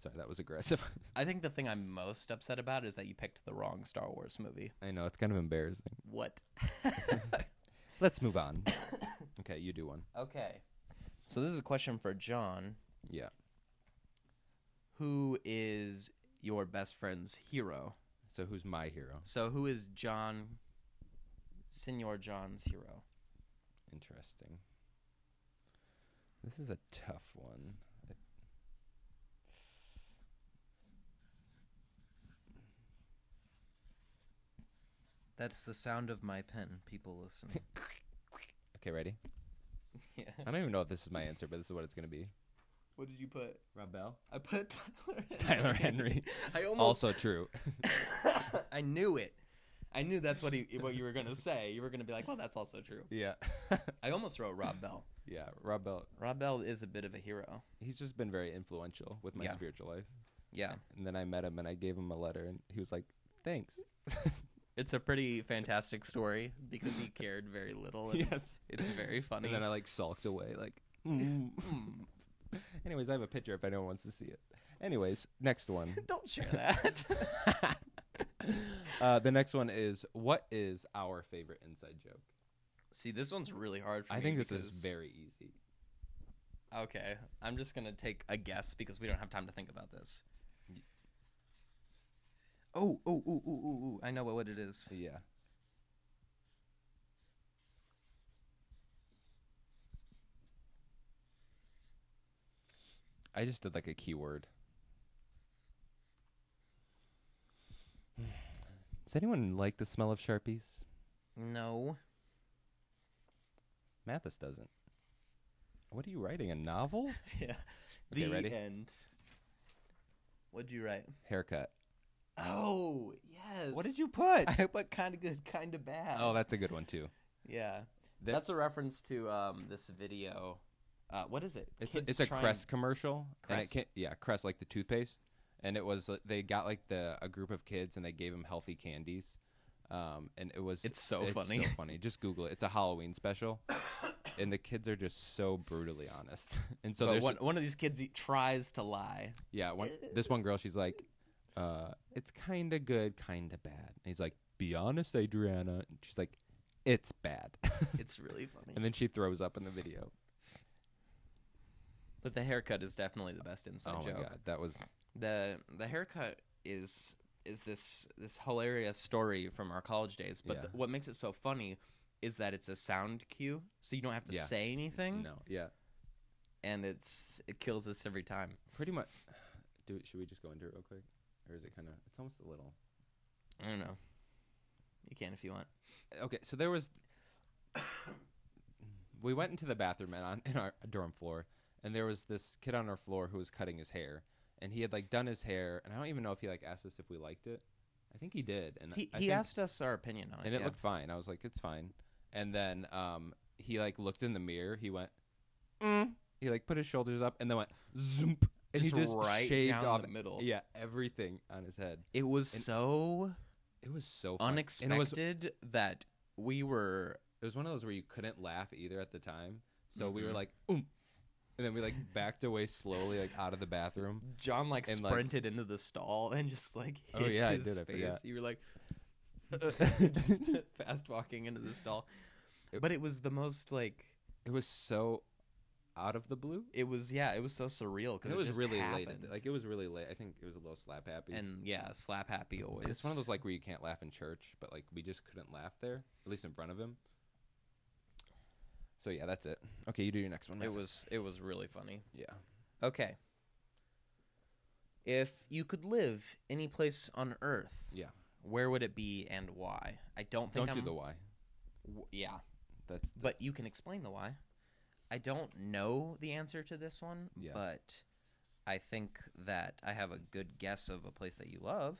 S3: Sorry, that was aggressive. [laughs]
S1: I think the thing I'm most upset about is that you picked the wrong Star Wars movie.
S3: I know it's kind of embarrassing.
S1: What?
S3: Let's move [coughs] on. okay, you do one.
S1: okay. So this is a question for John.
S3: Yeah.
S1: who is your best friend's hero?
S3: So who's my hero?
S1: So who is John, Senor John's hero?
S3: Interesting. This is a tough one. I-
S1: That's the sound of my pen, people listening.
S3: Okay, ready?
S1: [laughs] yeah.
S3: I don't even know if this is my answer, but this is what it's gonna be.
S1: What did you put?
S3: Rabel.
S1: I put
S3: [laughs]
S1: [laughs] Tyler. Henry.
S3: Tyler Henry.
S1: I almost.
S3: also true.
S1: [laughs] I knew it. I knew that's what he, what you were gonna say. You were gonna be like, "Well, that's also true."
S3: Yeah.
S1: I almost wrote Rob Bell.
S3: [laughs] yeah. Rabel.
S1: Rob Bell is a bit of a hero.
S3: He's just been very influential with my
S1: Yeah.
S3: spiritual life.
S1: Yeah,
S3: And then I met him and I gave him a letter and he was like, Thanks.
S1: it's a pretty fantastic story because he cared very little. And
S3: yes.
S1: it's [laughs] very
S3: [laughs]
S1: funny.
S3: And then I like sulked away, like [laughs] "Mm." Anyways, I have a picture if anyone wants to see it. Anyways, next [laughs] one.
S1: Don't share that.
S3: uh, the next one is what is our favorite inside joke?
S1: [laughs] See, this one's really hard for
S3: I
S1: me.
S3: think this
S1: because-
S3: is very easy.
S1: okay. I'm just gonna take a guess because we don't have time to think about this. Oh, oh, oh, oh, oh, oh! I know what it is.
S3: Yeah. I just did like a keyword. [sighs] Does anyone like the smell of Sharpies?
S1: No.
S3: Mathis doesn't. What are you writing? A [laughs] novel?
S1: [laughs] Yeah.
S3: Okay,
S1: the
S3: ready?
S1: end. What'd you write?
S3: Haircut.
S1: Oh, yes.
S3: What did you put?
S1: [laughs] I put kind of good, kind of bad.
S3: [laughs] oh, that's a good one too.
S1: yeah.
S3: That-
S1: That's a reference to um this video. Uh, what is it?
S3: It's
S1: Kids
S3: a, it's a
S1: trying-
S3: Crest commercial, and it
S1: Crest.
S3: can yeah, Crest like the toothpaste, and it was like, they got like the a group of kids and they gave them healthy candies, um, and it was
S1: It's so funny.
S3: so [laughs] funny. Just Google it. It's a Halloween special, and the kids are just so brutally honest, [laughs] and so
S1: but
S3: there's
S1: one, one of these kids he tries to lie.
S3: yeah, one, this one girl she's like, uh, it's kind of good, kind of bad. And he's like, be honest, Adriana. And she's like, it's bad, [laughs]
S1: It's really funny.
S3: and then she throws up in the video.
S1: but the haircut is definitely the best inside
S3: oh
S1: joke.
S3: my god, that was
S1: the the haircut is is this this hilarious story from our college days. But
S3: Yeah.
S1: th- what makes it so funny is that it's a sound cue, so you don't have to
S3: Yeah.
S1: say anything,
S3: no, yeah.
S1: and it's it kills us every time.
S3: pretty much do it should we just go into it real quick or is it kind of it's almost a little
S1: I don't know. You can if you want.
S3: okay so there was [coughs] we went into the bathroom and on in our dorm floor and there was this kid on our floor who was cutting his hair and he had like done his hair and i don't even know if he like asked us if we liked it i think he did and
S1: He,
S3: I
S1: he
S3: think-
S1: asked us our opinion on it.
S3: and it
S1: yeah.
S3: looked fine i was like it's fine and then um he like looked in the mirror he went mm. he like put his shoulders up and then went zoomp and he
S1: Just
S3: just
S1: right
S3: shaved
S1: down the
S3: off
S1: middle.
S3: yeah everything on his head
S1: It was
S3: and-
S1: so
S3: It was so fun. And
S1: unexpected
S3: it was
S1: that we were
S3: it was one of those where you couldn't laugh either at the time. So we were
S1: Mhm.
S3: like, oom. And then we like backed away slowly, like out of the bathroom.
S1: John like
S3: And, like-
S1: sprinted into the stall and just like hit
S3: Oh, yeah, I
S1: his
S3: did, I
S1: face.
S3: forgot.
S1: You
S3: [laughs]
S1: were like [laughs] just fast walking into the stall.
S3: It-
S1: but it was the most like
S3: It was so out of the blue.
S1: it was yeah, it was so surreal
S3: And
S1: because
S3: it was
S1: just
S3: really late. at
S1: happened.
S3: the- Like it was really late. I think it was a little slap happy.
S1: and yeah, slap happy always.
S3: it's one of those like where you can't laugh in church, but like we just couldn't laugh there, at least in front of him. So yeah, that's it. Okay, you do your next one.
S1: it
S3: Mathis.
S1: was it was really funny.
S3: yeah.
S1: Okay. If you could live any place on Earth,
S3: Yeah.
S1: where would it be and why? I don't think
S3: Don't
S1: I'm,
S3: do the why.
S1: w- yeah,
S3: That's
S1: but you can explain the why. I don't know the answer to this one,
S3: Yeah.
S1: but I think that I have a good guess of a place that you love,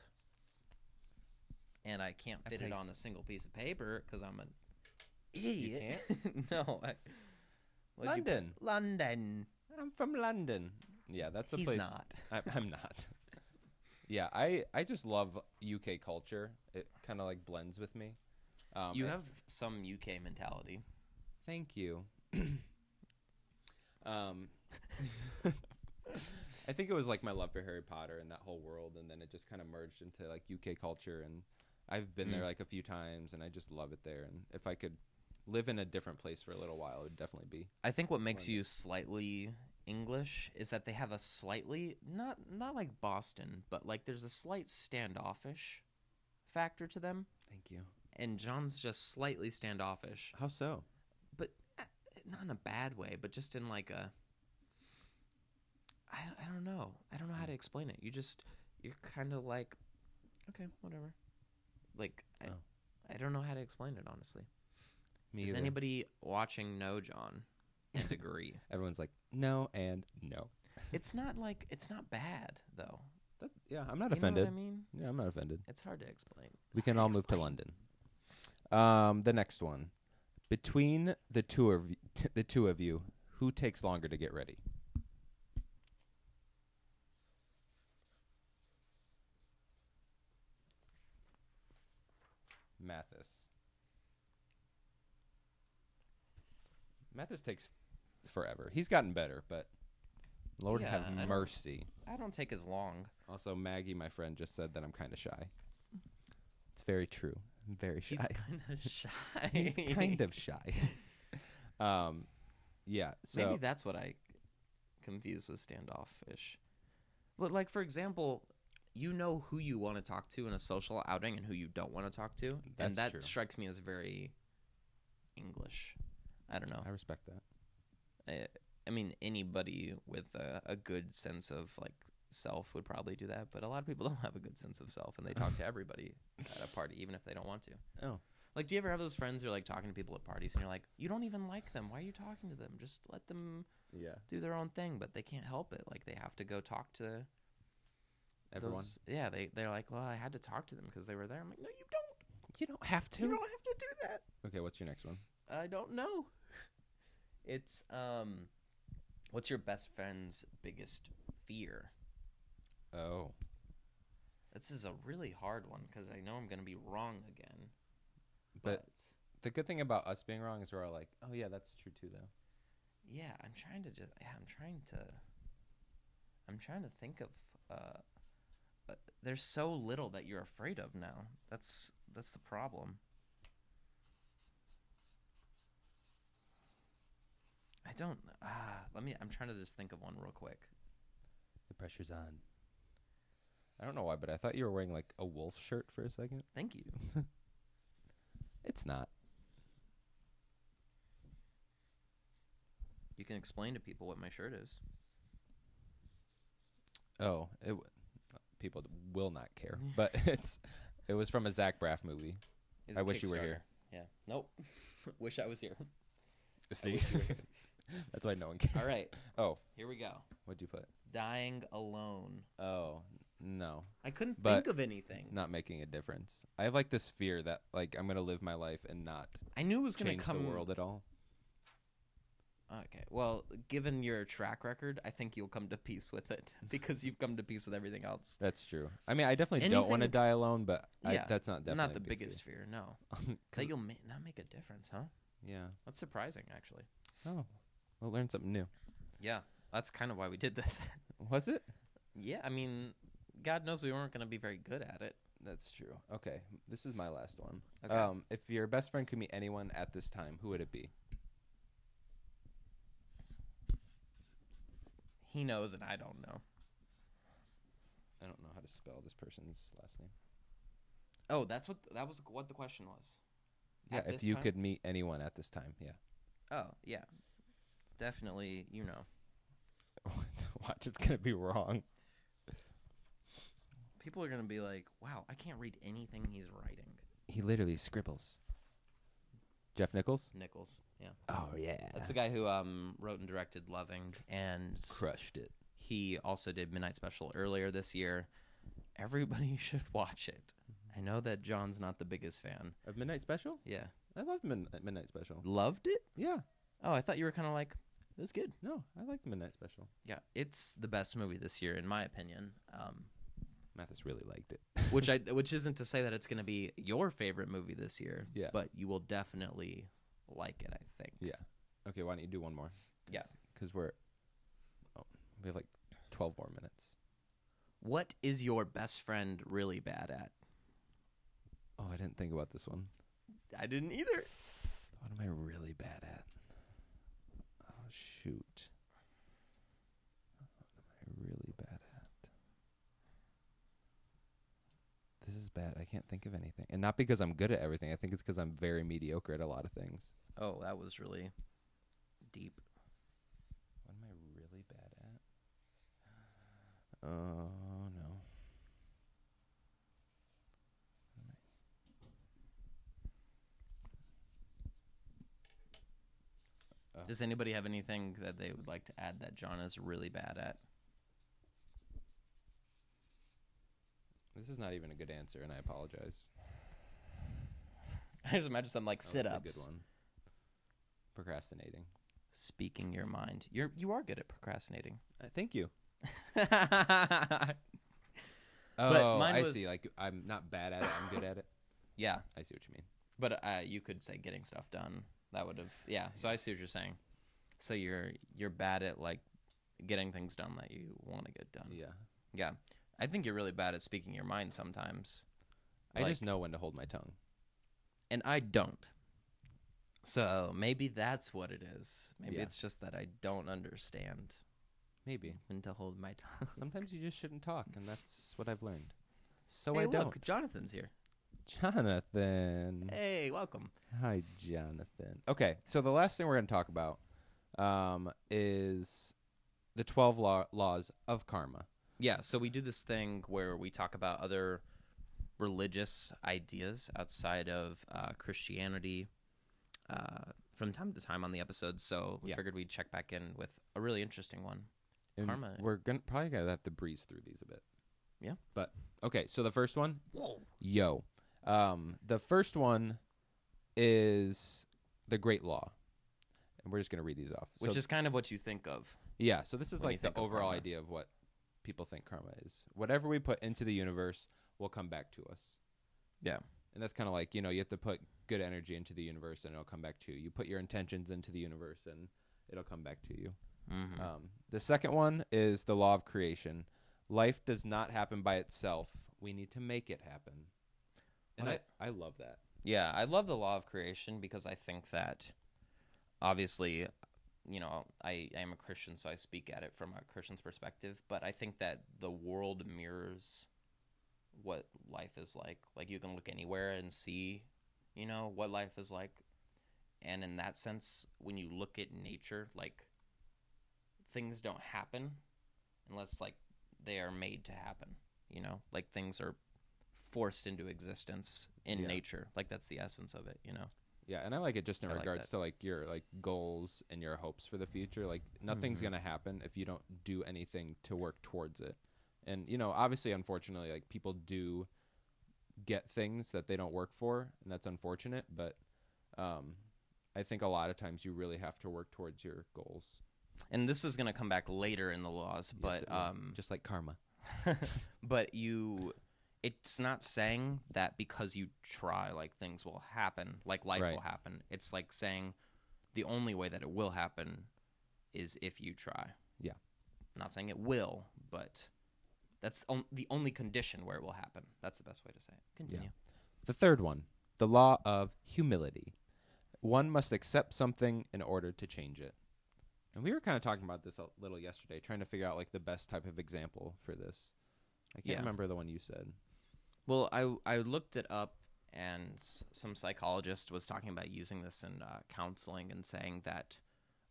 S1: and I can't
S3: A
S1: fit it
S3: place-
S1: on a single piece of paper because I'm an
S3: You
S1: idiot. [laughs] no,
S3: [laughs]
S1: I, what'd you put?
S3: London.
S1: London.
S3: I'm from London. Yeah, that's a
S1: He's
S3: place.
S1: not.
S3: I, I'm not. yeah, I I just love UK culture. It kind of like blends with me. Um,
S1: you
S3: and-
S1: have some UK mentality.
S3: Thank
S1: [coughs]
S3: you. um, I think it was like my love for Harry Potter and that whole world, and then it just kind of merged into like UK culture. And I've been
S1: Mm.
S3: there like a few times, and I just love it there. And if I could live in a different place for a little while, it would definitely be.
S1: I think what makes you slightly English is that they have a slightly not not like Boston, but like there's a slight standoffish factor to them,
S3: Thank you.
S1: and John's just slightly standoffish,
S3: How so?
S1: but uh, not in a bad way, but just in like a I I don't know. I don't know how to explain it. You just you're kind of like okay, whatever. Like I,
S3: Oh.
S1: I don't know how to explain it honestly.
S3: Me
S1: Does
S3: either.
S1: anybody watching know [laughs] John and agree?
S3: Everyone's like, no and no.
S1: it's not like it's not bad though.
S3: That, yeah, I'm not
S1: You know what
S3: offended.
S1: I mean,
S3: Yeah, I'm not offended.
S1: it's hard to explain.
S3: we can all move to London. Um, the next one, between the two of y- the two of you, who takes longer to get ready? Mathis. Mathis takes forever. He's gotten better, but Lord
S1: Yeah, I
S3: have
S1: don't-
S3: mercy.
S1: I don't take as long.
S3: Also, Maggie, my friend, just said that I'm kind of shy. It's very true. I'm very shy.
S1: [laughs]
S3: [laughs]
S1: He's kind of shy.
S3: He's kind of shy. [laughs] um, yeah. So
S1: Maybe that's what I confused with standoffish. But like for example, you know who you want to talk to in a social outing and who you don't want to talk to,
S3: That's
S1: and that
S3: true.
S1: strikes me as very English. I don't know.
S3: I respect that.
S1: I, I mean, anybody with a, a good sense of like self would probably do that, but a lot of people [laughs] don't have a good sense of self, and
S3: [laughs]
S1: they talk to everybody at a party, even if they don't want to.
S3: Oh.
S1: Like, do you ever have those friends who are like talking to people at parties, and you're like, you don't even like them. Why are you talking to them? Just let them
S3: Yeah.
S1: do their own thing, but they can't help it. Like, they have to go talk to
S3: Everyone.
S1: those- Yeah, they they're like, well, I had to talk to them because they were there. I'm like, no, you don't.
S3: You don't have
S1: You don't have to do that.
S3: Okay. What's your next one?
S1: I don't know. [laughs] It's um what's your best friend's biggest fear?
S3: Oh.
S1: This is a really hard one cuz I know I'm going to be wrong again. But,
S3: But- The good thing about us being wrong is we're all like, oh yeah, that's true too, though.
S1: yeah, I'm trying to just yeah, I'm trying to I'm trying to think of uh uh, there's so little that you're afraid of now. That's that's the problem. I don't ah, let me I'm trying to just think of one real quick.
S3: The pressure's on. I don't know why, but I thought you were wearing like a wolf shirt for a second.
S1: Thank you.
S3: It's not.
S1: You can explain to people what my shirt is.
S3: Oh, it w- people will not [laughs] care. but it's it was from a Zach Braff movie.
S1: Is
S3: I
S1: a
S3: wish you were
S1: Kickstarter.
S3: here.
S1: Yeah. Nope. [laughs] wish I was here.
S3: See,
S1: wish you were
S3: [laughs] that's why no one cares.
S1: All right.
S3: Oh,
S1: Here we go.
S3: what'd you put?
S1: Dying alone.
S3: Oh, no,
S1: I couldn't
S3: But-
S1: think of anything.
S3: not making a difference. I have like this fear that like I'm gonna live my life and not
S1: I knew it was going
S3: change
S1: to come.
S3: the world at all.
S1: Okay. Well, given your track record, I think you'll come to peace with it [laughs] because you've come to peace with everything else.
S3: That's true. I mean, I definitely don't want to
S1: Anything-
S3: die alone, but I,
S1: Yeah,
S3: that's not definitely
S1: Not the
S3: a big
S1: biggest fear, no.
S3: fear. [laughs]
S1: That you'll ma- not make a difference, huh?
S3: yeah.
S1: That's surprising, actually.
S3: Oh, we'll learn something new.
S1: Yeah. That's kind of why we did this. [laughs]
S3: Was it?
S1: yeah. I mean, God knows we weren't going to be very good at it.
S3: That's true. Okay, this is my last one.
S1: Okay.
S3: Um, if your best friend could meet anyone at this time, who would it be?
S1: He knows, and I don't know.
S3: I don't know how to spell this person's last name.
S1: Oh, that's what that was what the question was.
S3: Yeah,
S1: At
S3: if
S1: this
S3: you
S1: time?
S3: could meet anyone at this time, yeah. [laughs]
S1: Oh, yeah. Definitely, you know.
S3: Watch, it's gonna be wrong.
S1: People are going to be like, "Wow, I can't read anything he's writing."
S3: He literally scribbles. Jeff Nichols.
S1: Nichols. Yeah.
S3: Oh yeah,
S1: That's the guy who um wrote and directed Loving and
S3: crushed it.
S1: he also did Midnight Special earlier this year. Everybody [laughs] should watch it. I know that John's not the biggest fan.
S3: Of Midnight Special?
S1: Yeah.
S3: I love Min- Midnight Special.
S1: Loved it?
S3: Yeah.
S1: Oh, I thought you were kind of like it was good.
S3: No, I like Midnight Special.
S1: Yeah, it's the best movie this year in my opinion. [laughs] Um
S3: Mathis really liked it.
S1: which I which isn't to say that it's going to be your favorite movie this year.
S3: Yeah.
S1: But you will definitely like it, I think.
S3: Yeah. Okay, why don't you do one more?
S1: Yeah.
S3: Because we're. Oh, we have like 12 more minutes.
S1: What is your best friend really bad at?
S3: Oh, I didn't think about this one.
S1: I didn't either.
S3: What am I really bad at? Oh, shoot. is bad. I can't think of anything, and not because I'm good at everything. I think it's because I'm very mediocre at a lot of things.
S1: Oh, that was really deep.
S3: What am I really bad at? Oh no.
S1: Does anybody have anything that they would like to add that John is really bad at? [laughs]
S3: This is not even a good answer, and I apologize.
S1: I just imagine something like
S3: Oh,
S1: sit
S3: that's a
S1: ups,
S3: Good one. Procrastinating.
S1: speaking your mind. You're you are good at [laughs] procrastinating.
S3: Uh, thank you.
S1: yeah,
S3: Oh,
S1: But mine
S3: I
S1: was-
S3: see. Like I'm not bad at it. I'm good at it. I see what you mean.
S1: but uh, you could say getting stuff done. That would have yeah. So I see what you're saying. So you're you're bad at like getting things done that you want to get done.
S3: Yeah.
S1: Yeah. I think you're really bad at speaking your mind sometimes.
S3: I just
S1: Like-
S3: know when to hold my tongue.
S1: And I don't. So maybe that's what it is. Maybe
S3: Yeah.
S1: it's just that I don't understand
S3: Maybe.
S1: when to hold my [laughs] tongue.
S3: Sometimes you just shouldn't talk, and that's what I've learned. So
S1: [laughs] hey,
S3: I
S1: look,
S3: don't. Eh.
S1: Jonathan's here.
S3: Jonathan.
S1: Hey, welcome.
S3: Hi, Jonathan. Okay, so the last thing we're going to talk about um, is the 12 law- laws of karma.
S1: Yeah, so we do this thing where we talk about other religious ideas outside of uh, Christianity uh, from time to time on the episodes. So we
S3: Yeah.
S1: figured we'd check back in with a really interesting one.
S3: And
S1: Karma.
S3: We're gonna, probably going to have to breeze through these a bit.
S1: Yeah.
S3: But, okay, so the first one
S1: Whoa.
S3: Yo. Um, the first one is the Great Law. And we're just going to read these off.
S1: Which
S3: So-
S1: is kind of what you think of.
S3: Yeah, so this is
S1: when you
S3: like the
S1: think of
S3: overall
S1: karma.
S3: idea of what people think karma is. Whatever we put into the universe will come back to us.
S1: Yeah.
S3: And that's kind of like, you know, you have to put good energy into the universe and it'll come back to you. You put your intentions into the universe and it'll come back to you.
S1: Mm-hmm.
S3: Um, the second one is the law of creation. Life does not happen by itself. We need to make it happen. And I,
S1: What
S3: I love that.
S1: Yeah, I love the law of creation because I think that obviously, you know, I, I am a Christian, so I speak at it from a Christian's perspective, but I think that the world mirrors what life is like. Like, you can look anywhere and see, you know, what life is like. And in that sense, when you look at nature, like, things don't happen unless, like, they are made to happen, you know? Like, things are forced into existence in
S3: Yeah.
S1: nature. Like, that's the essence of it, you know?
S3: Yeah, and I like it just in
S1: I like
S3: regards
S1: that.
S3: to like your like goals and your hopes for the future. Like nothing's
S1: Mhm.
S3: gonna happen if you don't do anything to work towards it. And you know, obviously, unfortunately, like people do get things that they don't work for, and that's unfortunate. But um, I think a lot of times you really have to work towards your goals,
S1: and this is going to come back later in the laws
S3: Yes,
S1: but
S3: it will.
S1: um
S3: just like karma.
S1: [laughs] but you it's not saying that because you try like things will happen like life
S3: Right.
S1: will happen it's like saying the only way that it will happen is if you try
S3: Yeah.
S1: not saying it will but that's on, the only condition where it will happen that's the best way to say it continue
S3: The third one, the law of humility. One must accept something in order to change it. And we were kind of talking about this a little yesterday, trying to figure out like the best type of example for this. I can't
S1: Yeah.
S3: remember the one you said.
S1: Well, I I looked it up, and s- some psychologist was talking about using this in uh, counseling and saying that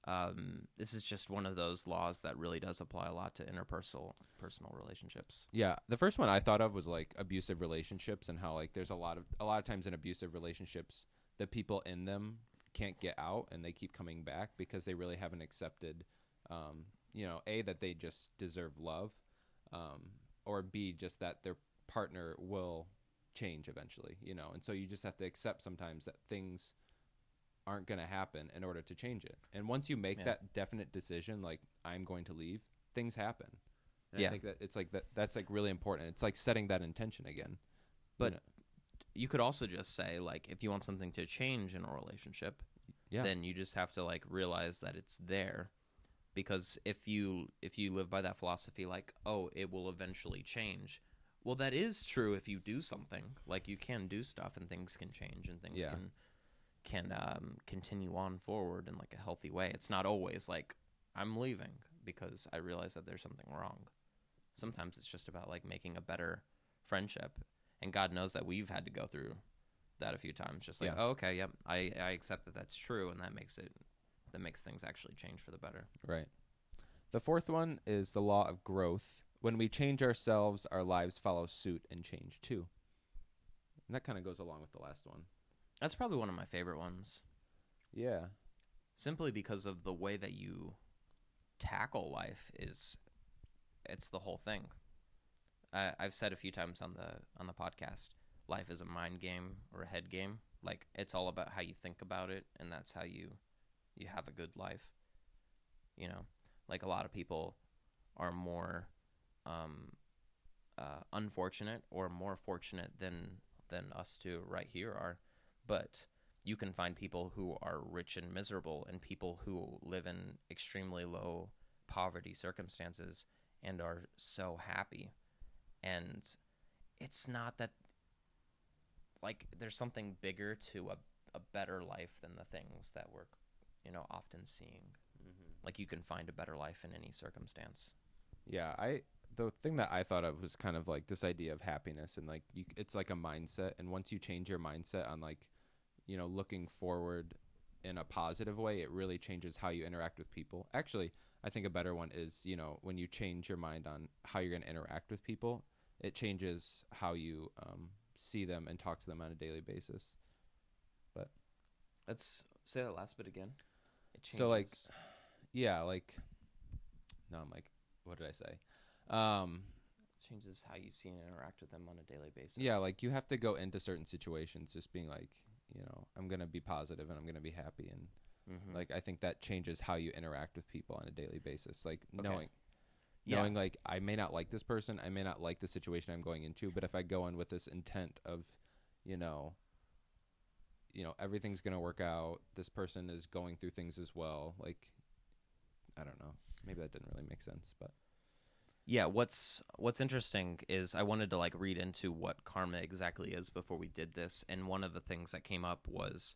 S1: um, this is just one of those laws that really does apply a lot to interpersonal personal relationships.
S3: Yeah, the first one I thought of was like abusive relationships and how like there's a lot of a lot of times in abusive relationships the people in them can't get out and they keep coming back because they really haven't accepted, um, you know, a that they just deserve love, um, or b just that their partner will change eventually, you know, and so you just have to accept sometimes that things aren't going to happen in order to change it. And once you make
S1: Yeah.
S3: that definite decision, like I'm going to leave, things happen. And
S1: Yeah.
S3: I think that it's like that that's like really important. It's like setting that intention again.
S1: But-
S3: know?
S1: You could also just say like, if you want something to change in a relationship,
S3: Yeah.
S1: then you just have to like realize that it's there. Because if you if you live by that philosophy, like oh, it will eventually change. Well, that is true if you do something. Like you can do stuff, and things can change, and things
S3: Yeah.
S1: can can um, continue on forward in like a healthy way. It's not always like I'm leaving because I realize that there's something wrong. Sometimes it's just about like making a better friendship and God knows that we've had to go through that a few times. Just like,
S3: Yeah.
S1: oh, okay, yep, I I accept that that's true, and that makes it that makes things actually change for the better.
S3: Right. The fourth one is the law of growth. When we change ourselves, our lives follow suit and change too. And that kind of goes along with the last one.
S1: That's probably one of my favorite ones,
S3: Yeah.
S1: simply because of the way that you tackle life is it's the whole thing. I, I've said a few times on the on the podcast, life is a mind game or a head game. Like it's all about how you think about it, and that's how you you have a good life. You know, like a lot of people are more um, uh, unfortunate or more fortunate than than us two right here are, but you can find people who are rich and miserable, and people who live in extremely low poverty circumstances and are so happy. And it's not that like there's something bigger to a, a better life than the things that we're you know often seeing like you can find a better life in any circumstance
S3: Yeah, I the thing that I thought of was kind of like this idea of happiness and like you, it's like a mindset and once you change your mindset on like you know looking forward in a positive way, it really changes how you interact with people. Actually, I think a better one is, you know, when you change your mind on how you're going to interact with people, it changes how you um, see them and talk to them on a daily basis.
S1: let's say that last bit again it
S3: So, like, Yeah, like no, I'm like what did I say? Um
S1: changes how you see and interact with them on a daily basis
S3: Yeah, like you have to go into certain situations just being like, you know, I'm going to be positive and I'm going to be happy and
S1: Mhm.
S3: like I think that changes how you interact with people on a daily basis. Like
S1: Okay.
S3: knowing
S1: Yeah.
S3: knowing like I may not like this person, I may not like the situation I'm going into, but if I go in with this intent of, you know, you know, everything's going to work out. This person is going through things as well. Like I don't know. Maybe that didn't really make sense, but
S1: Yeah, what's what's interesting is I wanted to like read into what karma exactly is before we did this, and one of the things that came up was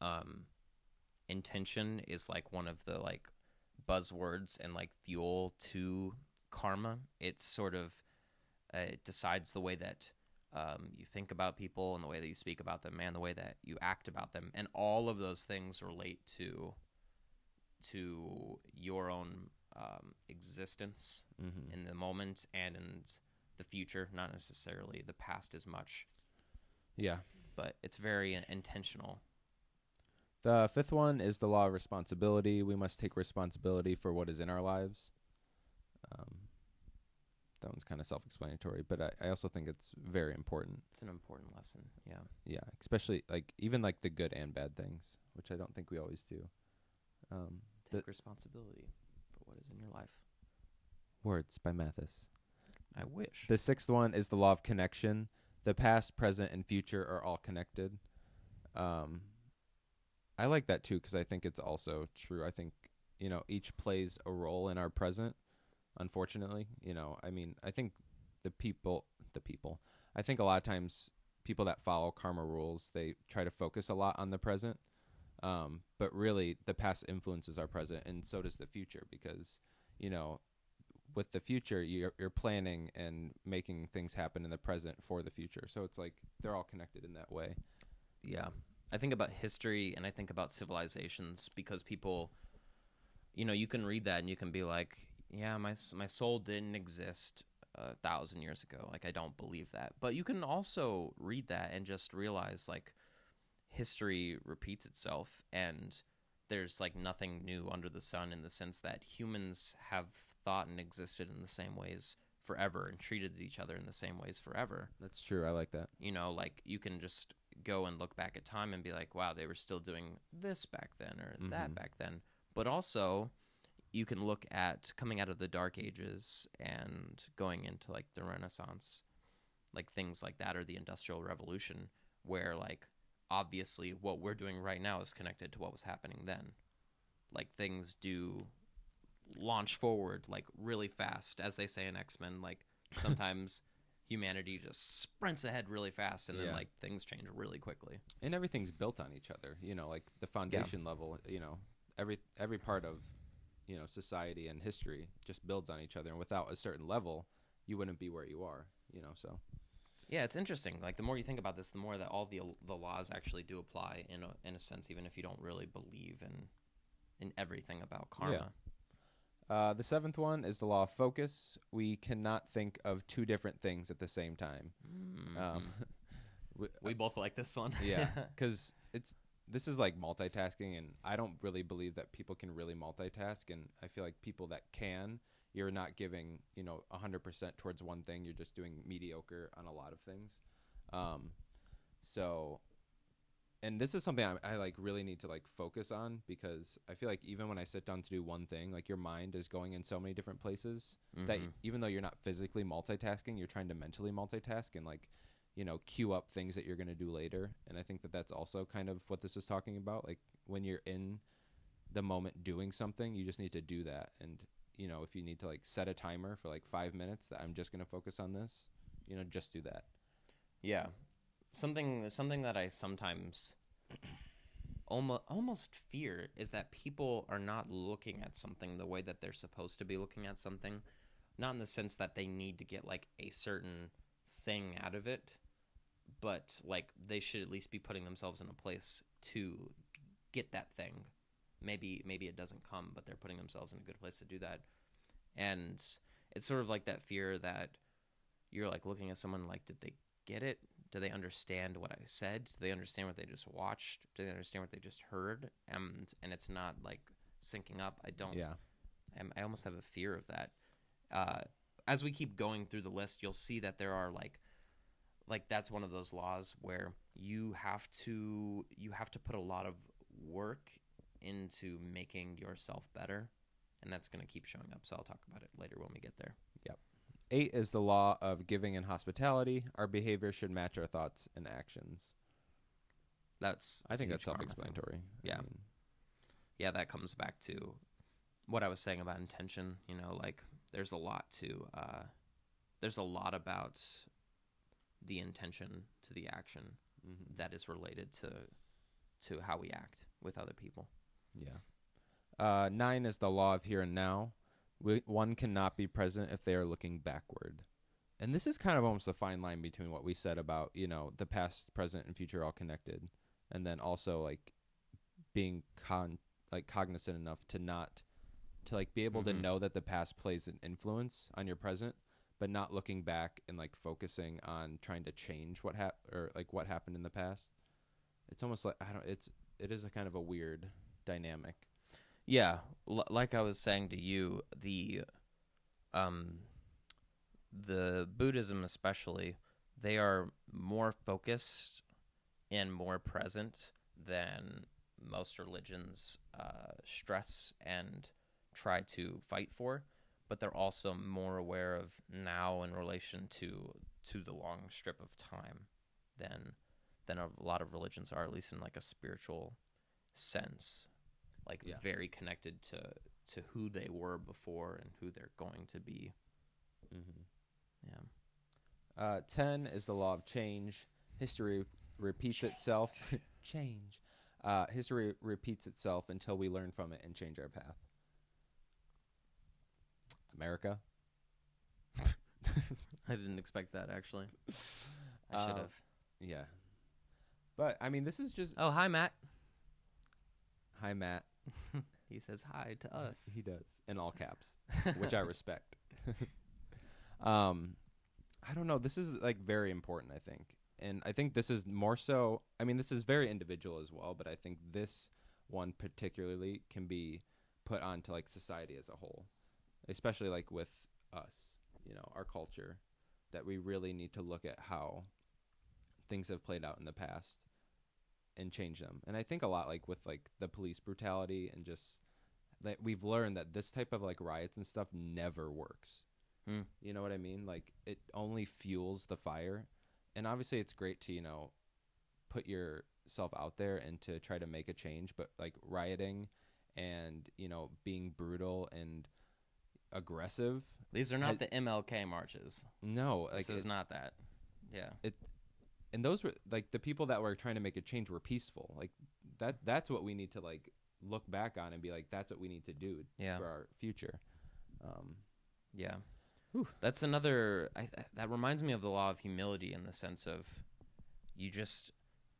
S1: um intention is like one of the like buzzwords and like fuel to karma. It's sort of uh, it decides the way that um, you think about people and the way that you speak about them and the way that you act about them, and all of those things relate to to your own um, existence
S3: mm-hmm.
S1: in the moment and in the future, not necessarily the past as much,
S3: yeah.
S1: but it's very intentional.
S3: The fifth one is the law of responsibility. We must take responsibility for what is in our lives. Um, that one's kind of self explanatory, but I, I also think it's very important.
S1: It's an important lesson. Yeah.
S3: Yeah, especially like even like the good and bad things, which I don't think we always do. Um, The-
S1: Take responsibility for what is in your life.
S3: words by Mathis.
S1: I wish.
S3: The sixth one is the law of connection. The past, present, and future are all connected. Um, I like that too because I think it's also true. I think you know each plays a role in our present. Unfortunately, you know, I mean, I think the people, the people, I think a lot of times people that follow karma rules they try to focus a lot on the present, um, but really the past influences our present, and so does the future because you know with the future you're, you're planning and making things happen in the present for the future so it's like they're all connected in that way
S1: yeah. I think about history and I think about civilizations because people, you know, you can read that and you can be like, yeah, my, s- my soul didn't exist a thousand years ago. Like, I don't believe that. But you can also read that and just realize, like, history repeats itself and there's like nothing new under the sun in the sense that humans have thought and existed in the same ways forever and treated each other in the same ways forever
S3: that's true i like that
S1: you know like you can just go and look back at time and be like wow they were still doing this back then or that
S3: Mhm.
S1: back then but also you can look at coming out of the dark ages and going into like the renaissance like things like that or the industrial revolution where like obviously what we're doing right now is connected to what was happening then like things do launch forward like really fast as they say in
S3: [laughs]
S1: x-men like sometimes humanity just sprints ahead really fast and then
S3: Yeah.
S1: like things change really quickly
S3: and everything's built on each other you know like the foundation level you know every every part of you know society and history just builds on each other and without a certain level you wouldn't be where you are you know so
S1: Yeah, it's interesting. Like the more you think about this, the more that all the the laws actually do apply in a, in a sense, even if you don't really believe in in everything about karma.
S3: Uh, the seventh one is the law of focus. We cannot think of two different things at the same time.
S1: Mm.
S3: Um, [laughs] we-
S1: we both like this [laughs] one.
S3: yeah, because it's this is like multitasking, and I don't really believe that people can really multitask. And I feel like people that can, you're not giving you know hundred percent towards one thing. You're just doing mediocre on a lot of things. Um, so, and this is something I, I like really need to like focus on because I feel like even when I sit down to do one thing, like your mind is going in so many different places that
S1: Mhm.
S3: even though you're not physically multitasking, you're trying to mentally multitask and like, you know, queue up things that you're going to do later. And I think that that's also kind of what this is talking about. Like when you're in the moment doing something, you just need to do that. And, you know, if you need to like set a timer for like five minutes that I'm just going to focus on this, you know, just do that.
S1: Yeah. Something something that I sometimes almost almost fear is that people are not looking at something the way that they're supposed to be looking at something, not in the sense that they need to get like a certain thing out of it, but like they should at least be putting themselves in a place to get that thing. Maybe maybe it doesn't come, but they're putting themselves in a good place to do that. And it's sort of like that fear that you're like looking at someone like did they get it? Do they understand what I said? Do they understand what they just watched? Do they understand what they just heard? And and it's not like syncing up. I don't.
S3: Yeah.
S1: I'm, I almost have a fear of that. Uh, as we keep going through the list, you'll see that there are like, like that's one of those laws where you have to you have to put a lot of work into making yourself better, and that's going to keep showing up. So I'll talk about it later when we get there.
S3: Eight is the law of giving and hospitality. Our behavior should match our thoughts and actions.
S1: That's
S3: I think
S1: a
S3: that's
S1: huge karma
S3: self
S1: thing.
S3: explanatory.
S1: Yeah. yeah, that comes back to what I was saying about intention. You know, like there's a lot to, uh, there's a lot about the intention to the action
S3: mm-hmm.
S1: that is related to to how we act with other people.
S3: Yeah. Uh, nine is the law of here and now. We, one cannot be present if they are looking backward. And this is kind of almost a fine line between what we said about, you know, the past, present, and future all connected. And then also like being con like cognizant enough to not to like be able
S1: Mhm.
S3: to know that the past plays an influence on your present, but not looking back and like focusing on trying to change what hap or like what happened in the past. It's almost like I don't it's it is a kind of a weird dynamic.
S1: Yeah, l- like I was saying to you, the um the Buddhism especially, they are more focused and more present than most religions uh, stress and try to fight for, but they're also more aware of now in relation to to the long strip of time than than a lot of religions are, at least in like a spiritual sense, like
S3: Yeah.
S1: very connected to to who they were before and who they're going to be. Yeah.
S3: Mm-hmm. Uh, 10 is the law of change. History repeats itself. [laughs] change. Uh, history repeats itself until we learn from it and change our path. America.
S1: I didn't expect that actually. [laughs] Uh, I should
S3: Um,
S1: have.
S3: Yeah. But, I mean, this is just.
S1: oh, hi Matt.
S3: Hi, Matt.
S1: He says hi to us.
S3: He does. In all caps, which I respect. [laughs] um, I don't know. This is, like, very important, I think. And I think this is more so. I mean, this is very individual as well, but I think this one particularly can be put onto, like, society as a whole, especially, like, with us, you know, our culture, that we really need to look at how things have played out in the past and change them. And I think a lot like with like the police brutality and just that we've learned that this type of like riots and stuff never works.
S1: Hmm.
S3: You know what I mean? Like it only fuels the fire. And obviously it's great to, you know, put yourself out there and to try to make a change, but like rioting and, you know, being brutal and aggressive.
S1: These are not the MLK marches.
S3: No, like
S1: This is
S3: it-
S1: not that. Yeah.
S3: and those were like the people that were trying to make a change were peaceful like that that's what we need to like look back on and be like that's what we need to do
S1: Yeah.
S3: for our future um
S1: Yeah. That's another. I, I- that reminds me of the law of humility in the sense of you just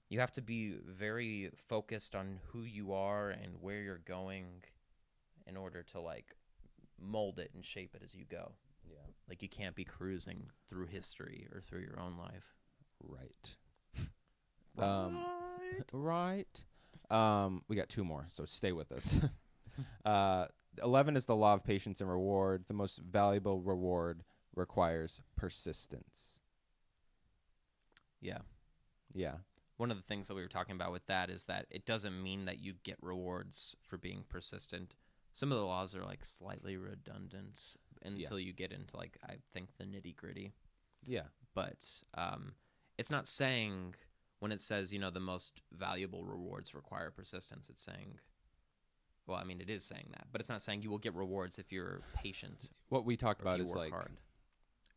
S1: you have to be very focused on who you are and where you're going in order to like mold it and shape it as you go.
S3: Yeah.
S1: Like you can't be cruising through history or through your own life.
S3: Right. [laughs] Um, [laughs] right. Um, we got two more, so stay with us. [laughs] uh, 11 is the law of patience and reward. The most valuable reward requires persistence.
S1: yeah.
S3: Yeah.
S1: One of the things that we were talking about with that is that it doesn't mean that you get rewards for being persistent. Some of the laws are like slightly redundant until you get into like I think the nitty gritty.
S3: Yeah.
S1: but um, it's not saying when it says you know the most valuable rewards require persistence it's saying well i mean it is saying that but it's not saying you will get rewards if you're patient
S3: What we talked
S1: or if
S3: about
S1: you
S3: is
S1: work
S3: like,
S1: hard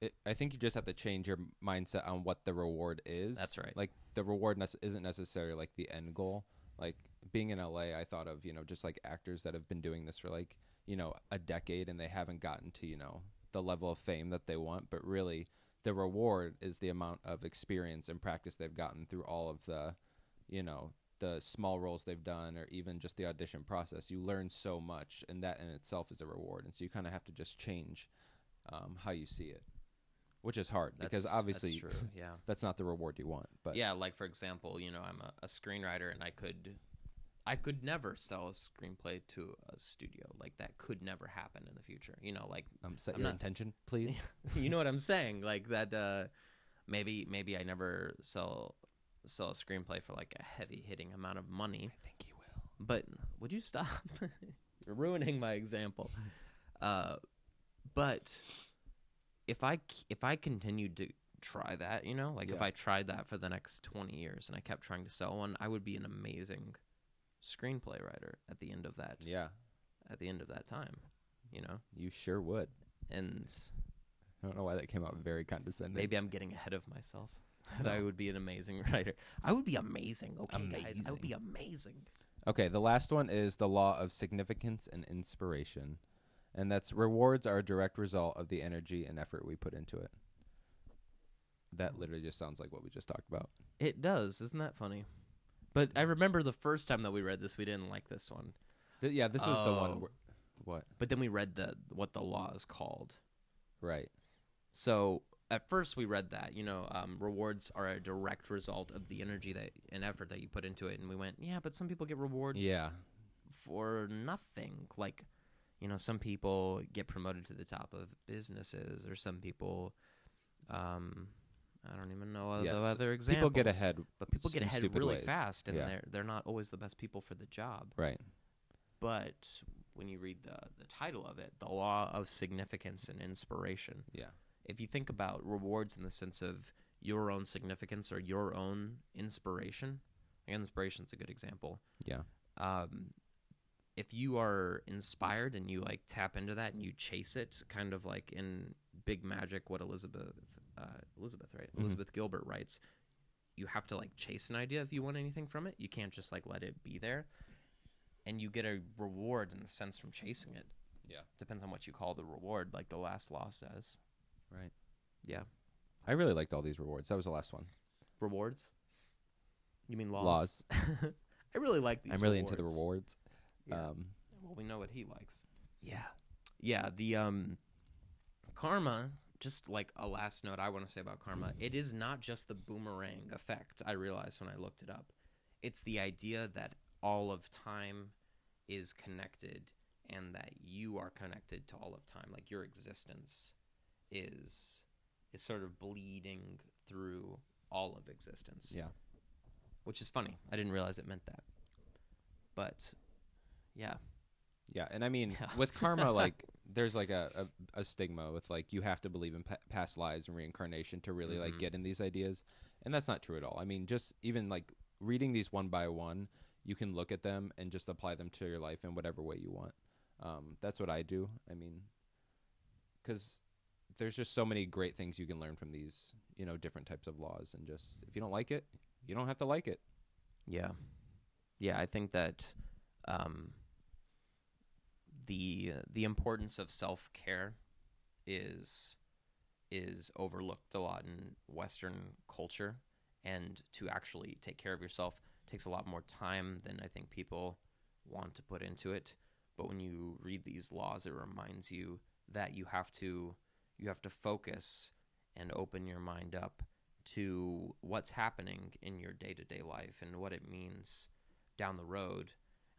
S3: it, I think you just have to change your mindset on what the reward is.
S1: That's right.
S3: Like the reward nece- isn't necessarily like the end goal. Like being in LA, I thought of you know just like actors that have been doing this for like you know a decade and they haven't gotten to you know the level of fame that they want, but really the reward is the amount of experience and practice they've gotten through all of the you know the small roles they've done or even just the audition process you learn so much and that in itself is a reward and so you kind of have to just change um, how you see it which is hard because
S1: That's-
S3: obviously [laughs]
S1: that's true yeah
S3: that's not the reward you want but
S1: yeah like for example you know i'm a, a screenwriter and i could i could never sell a screenplay to a studio like that could never happen in the future you know like [laughs]
S3: um, set
S1: I'm
S3: your
S1: not- [laughs]
S3: intention please
S1: you know what I'm saying? Like that. Uh, maybe maybe I never sell sell a screenplay for like a heavy hitting amount of money. I think you will. But would you stop? [laughs] You're ruining my example. Uh, but if I c- if I continued to try that, you know, like if
S3: Yeah.
S1: I tried that for the next 20 years and I kept trying to sell one, I would be an amazing screenplay writer at the end of that
S3: yeah
S1: at the end of that time, you know.
S3: you sure would
S1: And
S3: i don't know why that came out very condescending
S1: Maybe I'm getting ahead of
S3: [laughs]
S1: myself. That I would be an amazing [laughs] writer. I would be amazing. Okay, guys, I would be amazing.
S3: Okay, the last one is the law of significance and inspiration. And that's rewards are a direct result of the energy and effort we put into it. That literally just sounds like what we just talked about.
S1: It does, isn't that funny? But I remember the first time that we read this, we didn't like this one.
S3: Th- yeah, this was the one.
S1: Oh.
S3: Where, what?
S1: But then we read the what the law is called.
S3: Right.
S1: So at first we read that, you know, um, rewards are a direct result of the energy that and effort that you put into it, and we went, yeah, but some people get rewards
S3: Yeah.
S1: for nothing. Like, you know, some people get promoted to the top of businesses, or some people, um, I don't even know other,
S3: Yes.
S1: other
S3: People
S1: examples.
S3: get ahead.
S1: but people get
S3: in
S1: ahead
S3: stupid
S1: really
S3: ways.
S1: fast, and
S3: Yeah.
S1: they're they're not always the best people for the job.
S3: Right.
S1: But when you read the the title of it, the law of significance and inspiration.
S3: Yeah.
S1: If you think about rewards in the sense of your own significance or your own inspiration, and inspiration's a good example
S3: Yeah.
S1: um, if you are inspired and you like tap into that and you chase it, kind of like in Big Magic, what Elizabeth uh, Elizabeth right
S3: Mhm.
S1: Elizabeth Gilbert writes, you have to like chase an idea if you want anything from it. You can't just like let it be there, and you get a reward in the sense from chasing it.
S3: Yeah.
S1: depends on what you call the reward. Like the last law says,
S3: Right.
S1: Yeah.
S3: I really liked all these rewards. That was the last one.
S1: rewards. You mean laws?
S3: Laws.
S1: [laughs] I really like these.
S3: I'm really into the
S1: rewards.
S3: rewards.
S1: Yeah.
S3: Um,
S1: well, we know what he likes.
S3: yeah.
S1: yeah the um karma just like a last note i want to say about karma it is not just the boomerang effect i realized when i looked it up it's the idea that all of time is connected and that you are connected to all of time like your existence is is sort of bleeding through all of existence
S3: Yeah.
S1: which is funny i didn't realize it meant that but yeah
S3: Yeah, and I mean
S1: Yeah.
S3: with karma, like there's like a, a, a stigma with like you have to believe in pa- past lives and reincarnation to really like
S1: Mhm.
S3: get in these ideas, and that's not true at all. I mean, just even like reading these one by one, you can look at them and just apply them to your life in whatever way you want. Um, that's what I do. I mean, because there's just so many great things you can learn from these, you know, different types of laws, and just if you don't like it, you don't have to like it.
S1: Yeah. Yeah, I think that um, the the importance of self care is is overlooked a lot in Western culture, and to actually take care of yourself takes a lot more time than I think people want to put into it. But when you read these laws, it reminds you that you have to you have to focus and open your mind up to what's happening in your day-to-day life and what it means down the road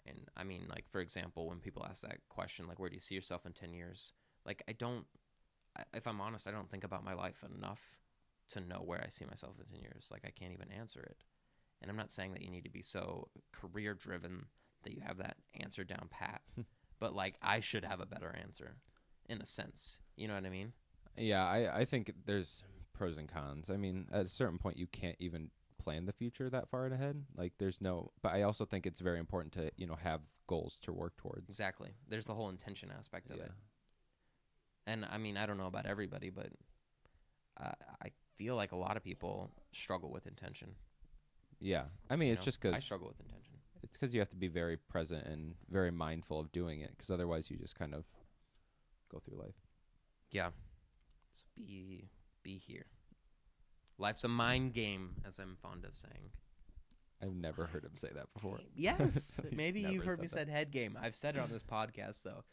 S1: and i mean like for example when people ask that question like where do you see yourself in 10 years like i don't I- if i'm honest i don't think about my life enough to know where i see myself in 10 years like i can't even answer it and i'm not saying that you need to be so career driven that you have that answer down pat but like i should have a better answer in a sense you know what i mean
S3: Yeah, I, I think there's pros and cons. I mean, at a certain point, you can't even plan the future that far ahead. Like, there's no. But I also think it's very important to you know have goals to work towards.
S1: exactly there's the whole intention aspect of
S3: Yeah.
S1: it and I mean, I don't know about everybody, but uh, I feel like a lot of people struggle with intention.
S3: Yeah. I mean,
S1: you
S3: it's just 'cause
S1: know? I
S3: just because
S1: struggle with intention.
S3: it's because you have to be very present and very mindful of doing it, because otherwise you just kind of go through life.
S1: So be be here. Life's a mind game, as I'm fond of saying.
S3: I've never heard him say that before. [laughs]
S1: Yes,
S3: He's
S1: maybe
S3: never
S1: you've heard
S3: said
S1: me
S3: that.
S1: said head game. I've said
S3: [laughs]
S1: it on this podcast though.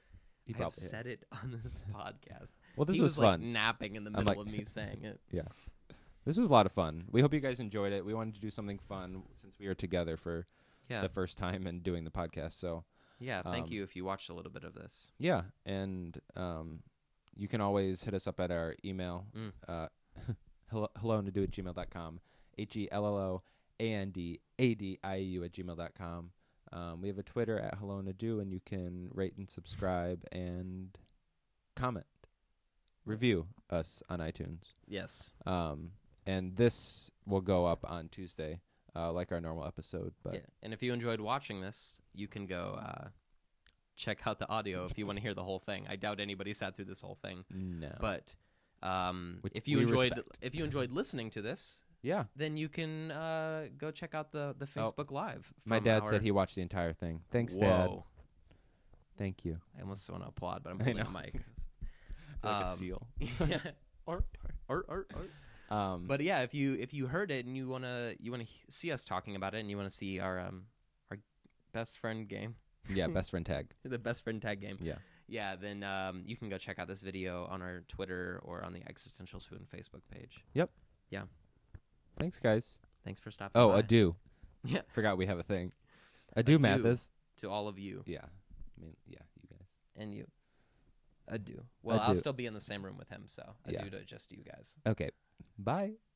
S3: He
S1: I've
S3: probably.
S1: said it on
S3: [laughs]
S1: this podcast.
S3: Well, this
S1: he
S3: was,
S1: was, like
S3: fun.
S1: napping in the
S3: I'm
S1: middle
S3: like-
S1: of me saying it.
S3: This was a lot of fun. We hope you guys enjoyed it. We wanted to do something fun since we are together for
S1: Yeah,
S3: the first time and doing the podcast. So
S1: yeah. Thank
S3: um,
S1: you if you watched a little bit of this.
S3: yeah, and um, you can always hit us up at our email,
S1: Mm.
S3: uh, [laughs] hello, hello and do at gmail.com, h e l l o a n d a d i E u at gmail.com. Um, we have a Twitter at hello and do, and you can rate and subscribe and comment, review us on iTunes.
S1: Yes.
S3: Um, and this will go up on Tuesday, uh, like our normal episode. But
S1: yeah. And if you enjoyed watching this, you can go uh, check out the audio if you want to hear the whole thing. I doubt anybody sat through this whole thing,
S3: no,
S1: but um,
S3: Which
S1: if you
S3: we
S1: enjoyed
S3: respect.
S1: if you enjoyed listening to this,
S3: yeah,
S1: then you can uh, go check out the the
S3: Oh,
S1: Facebook Live.
S3: my
S1: from
S3: dad
S1: our-
S3: said he watched the entire thing. Thanks,
S1: Whoa!
S3: Dad. Thank you.
S1: I almost want to applaud, but I'm
S3: [laughs] I
S1: holding a
S3: know.
S1: mic.
S3: Like a
S1: Um,
S3: seal.
S1: [laughs] yeah. Or, or, or, or.
S3: Um,
S1: But yeah, if you if you heard it and you wanna you wanna he- see us talking about it and you wanna see our um our best friend game,
S3: [laughs] yeah, best friend tag.
S1: the best friend tag game,
S3: Yeah.
S1: yeah, then um, you can go check out this video on our Twitter or on the Existential Spoon Facebook page.
S3: Thanks, guys.
S1: Thanks for stopping.
S3: Oh,
S1: by.
S3: adieu.
S1: [laughs] Yeah.
S3: Forgot we have a thing. Adieu,
S1: Adieu.
S3: Mathis.
S1: to all of you
S3: Yeah. I mean, yeah, you guys.
S1: and you. Adieu. Well, I'll
S3: Adieu.
S1: still be in the same room with him, so
S3: Yeah.
S1: adieu to just you guys.
S3: Okay. Bye.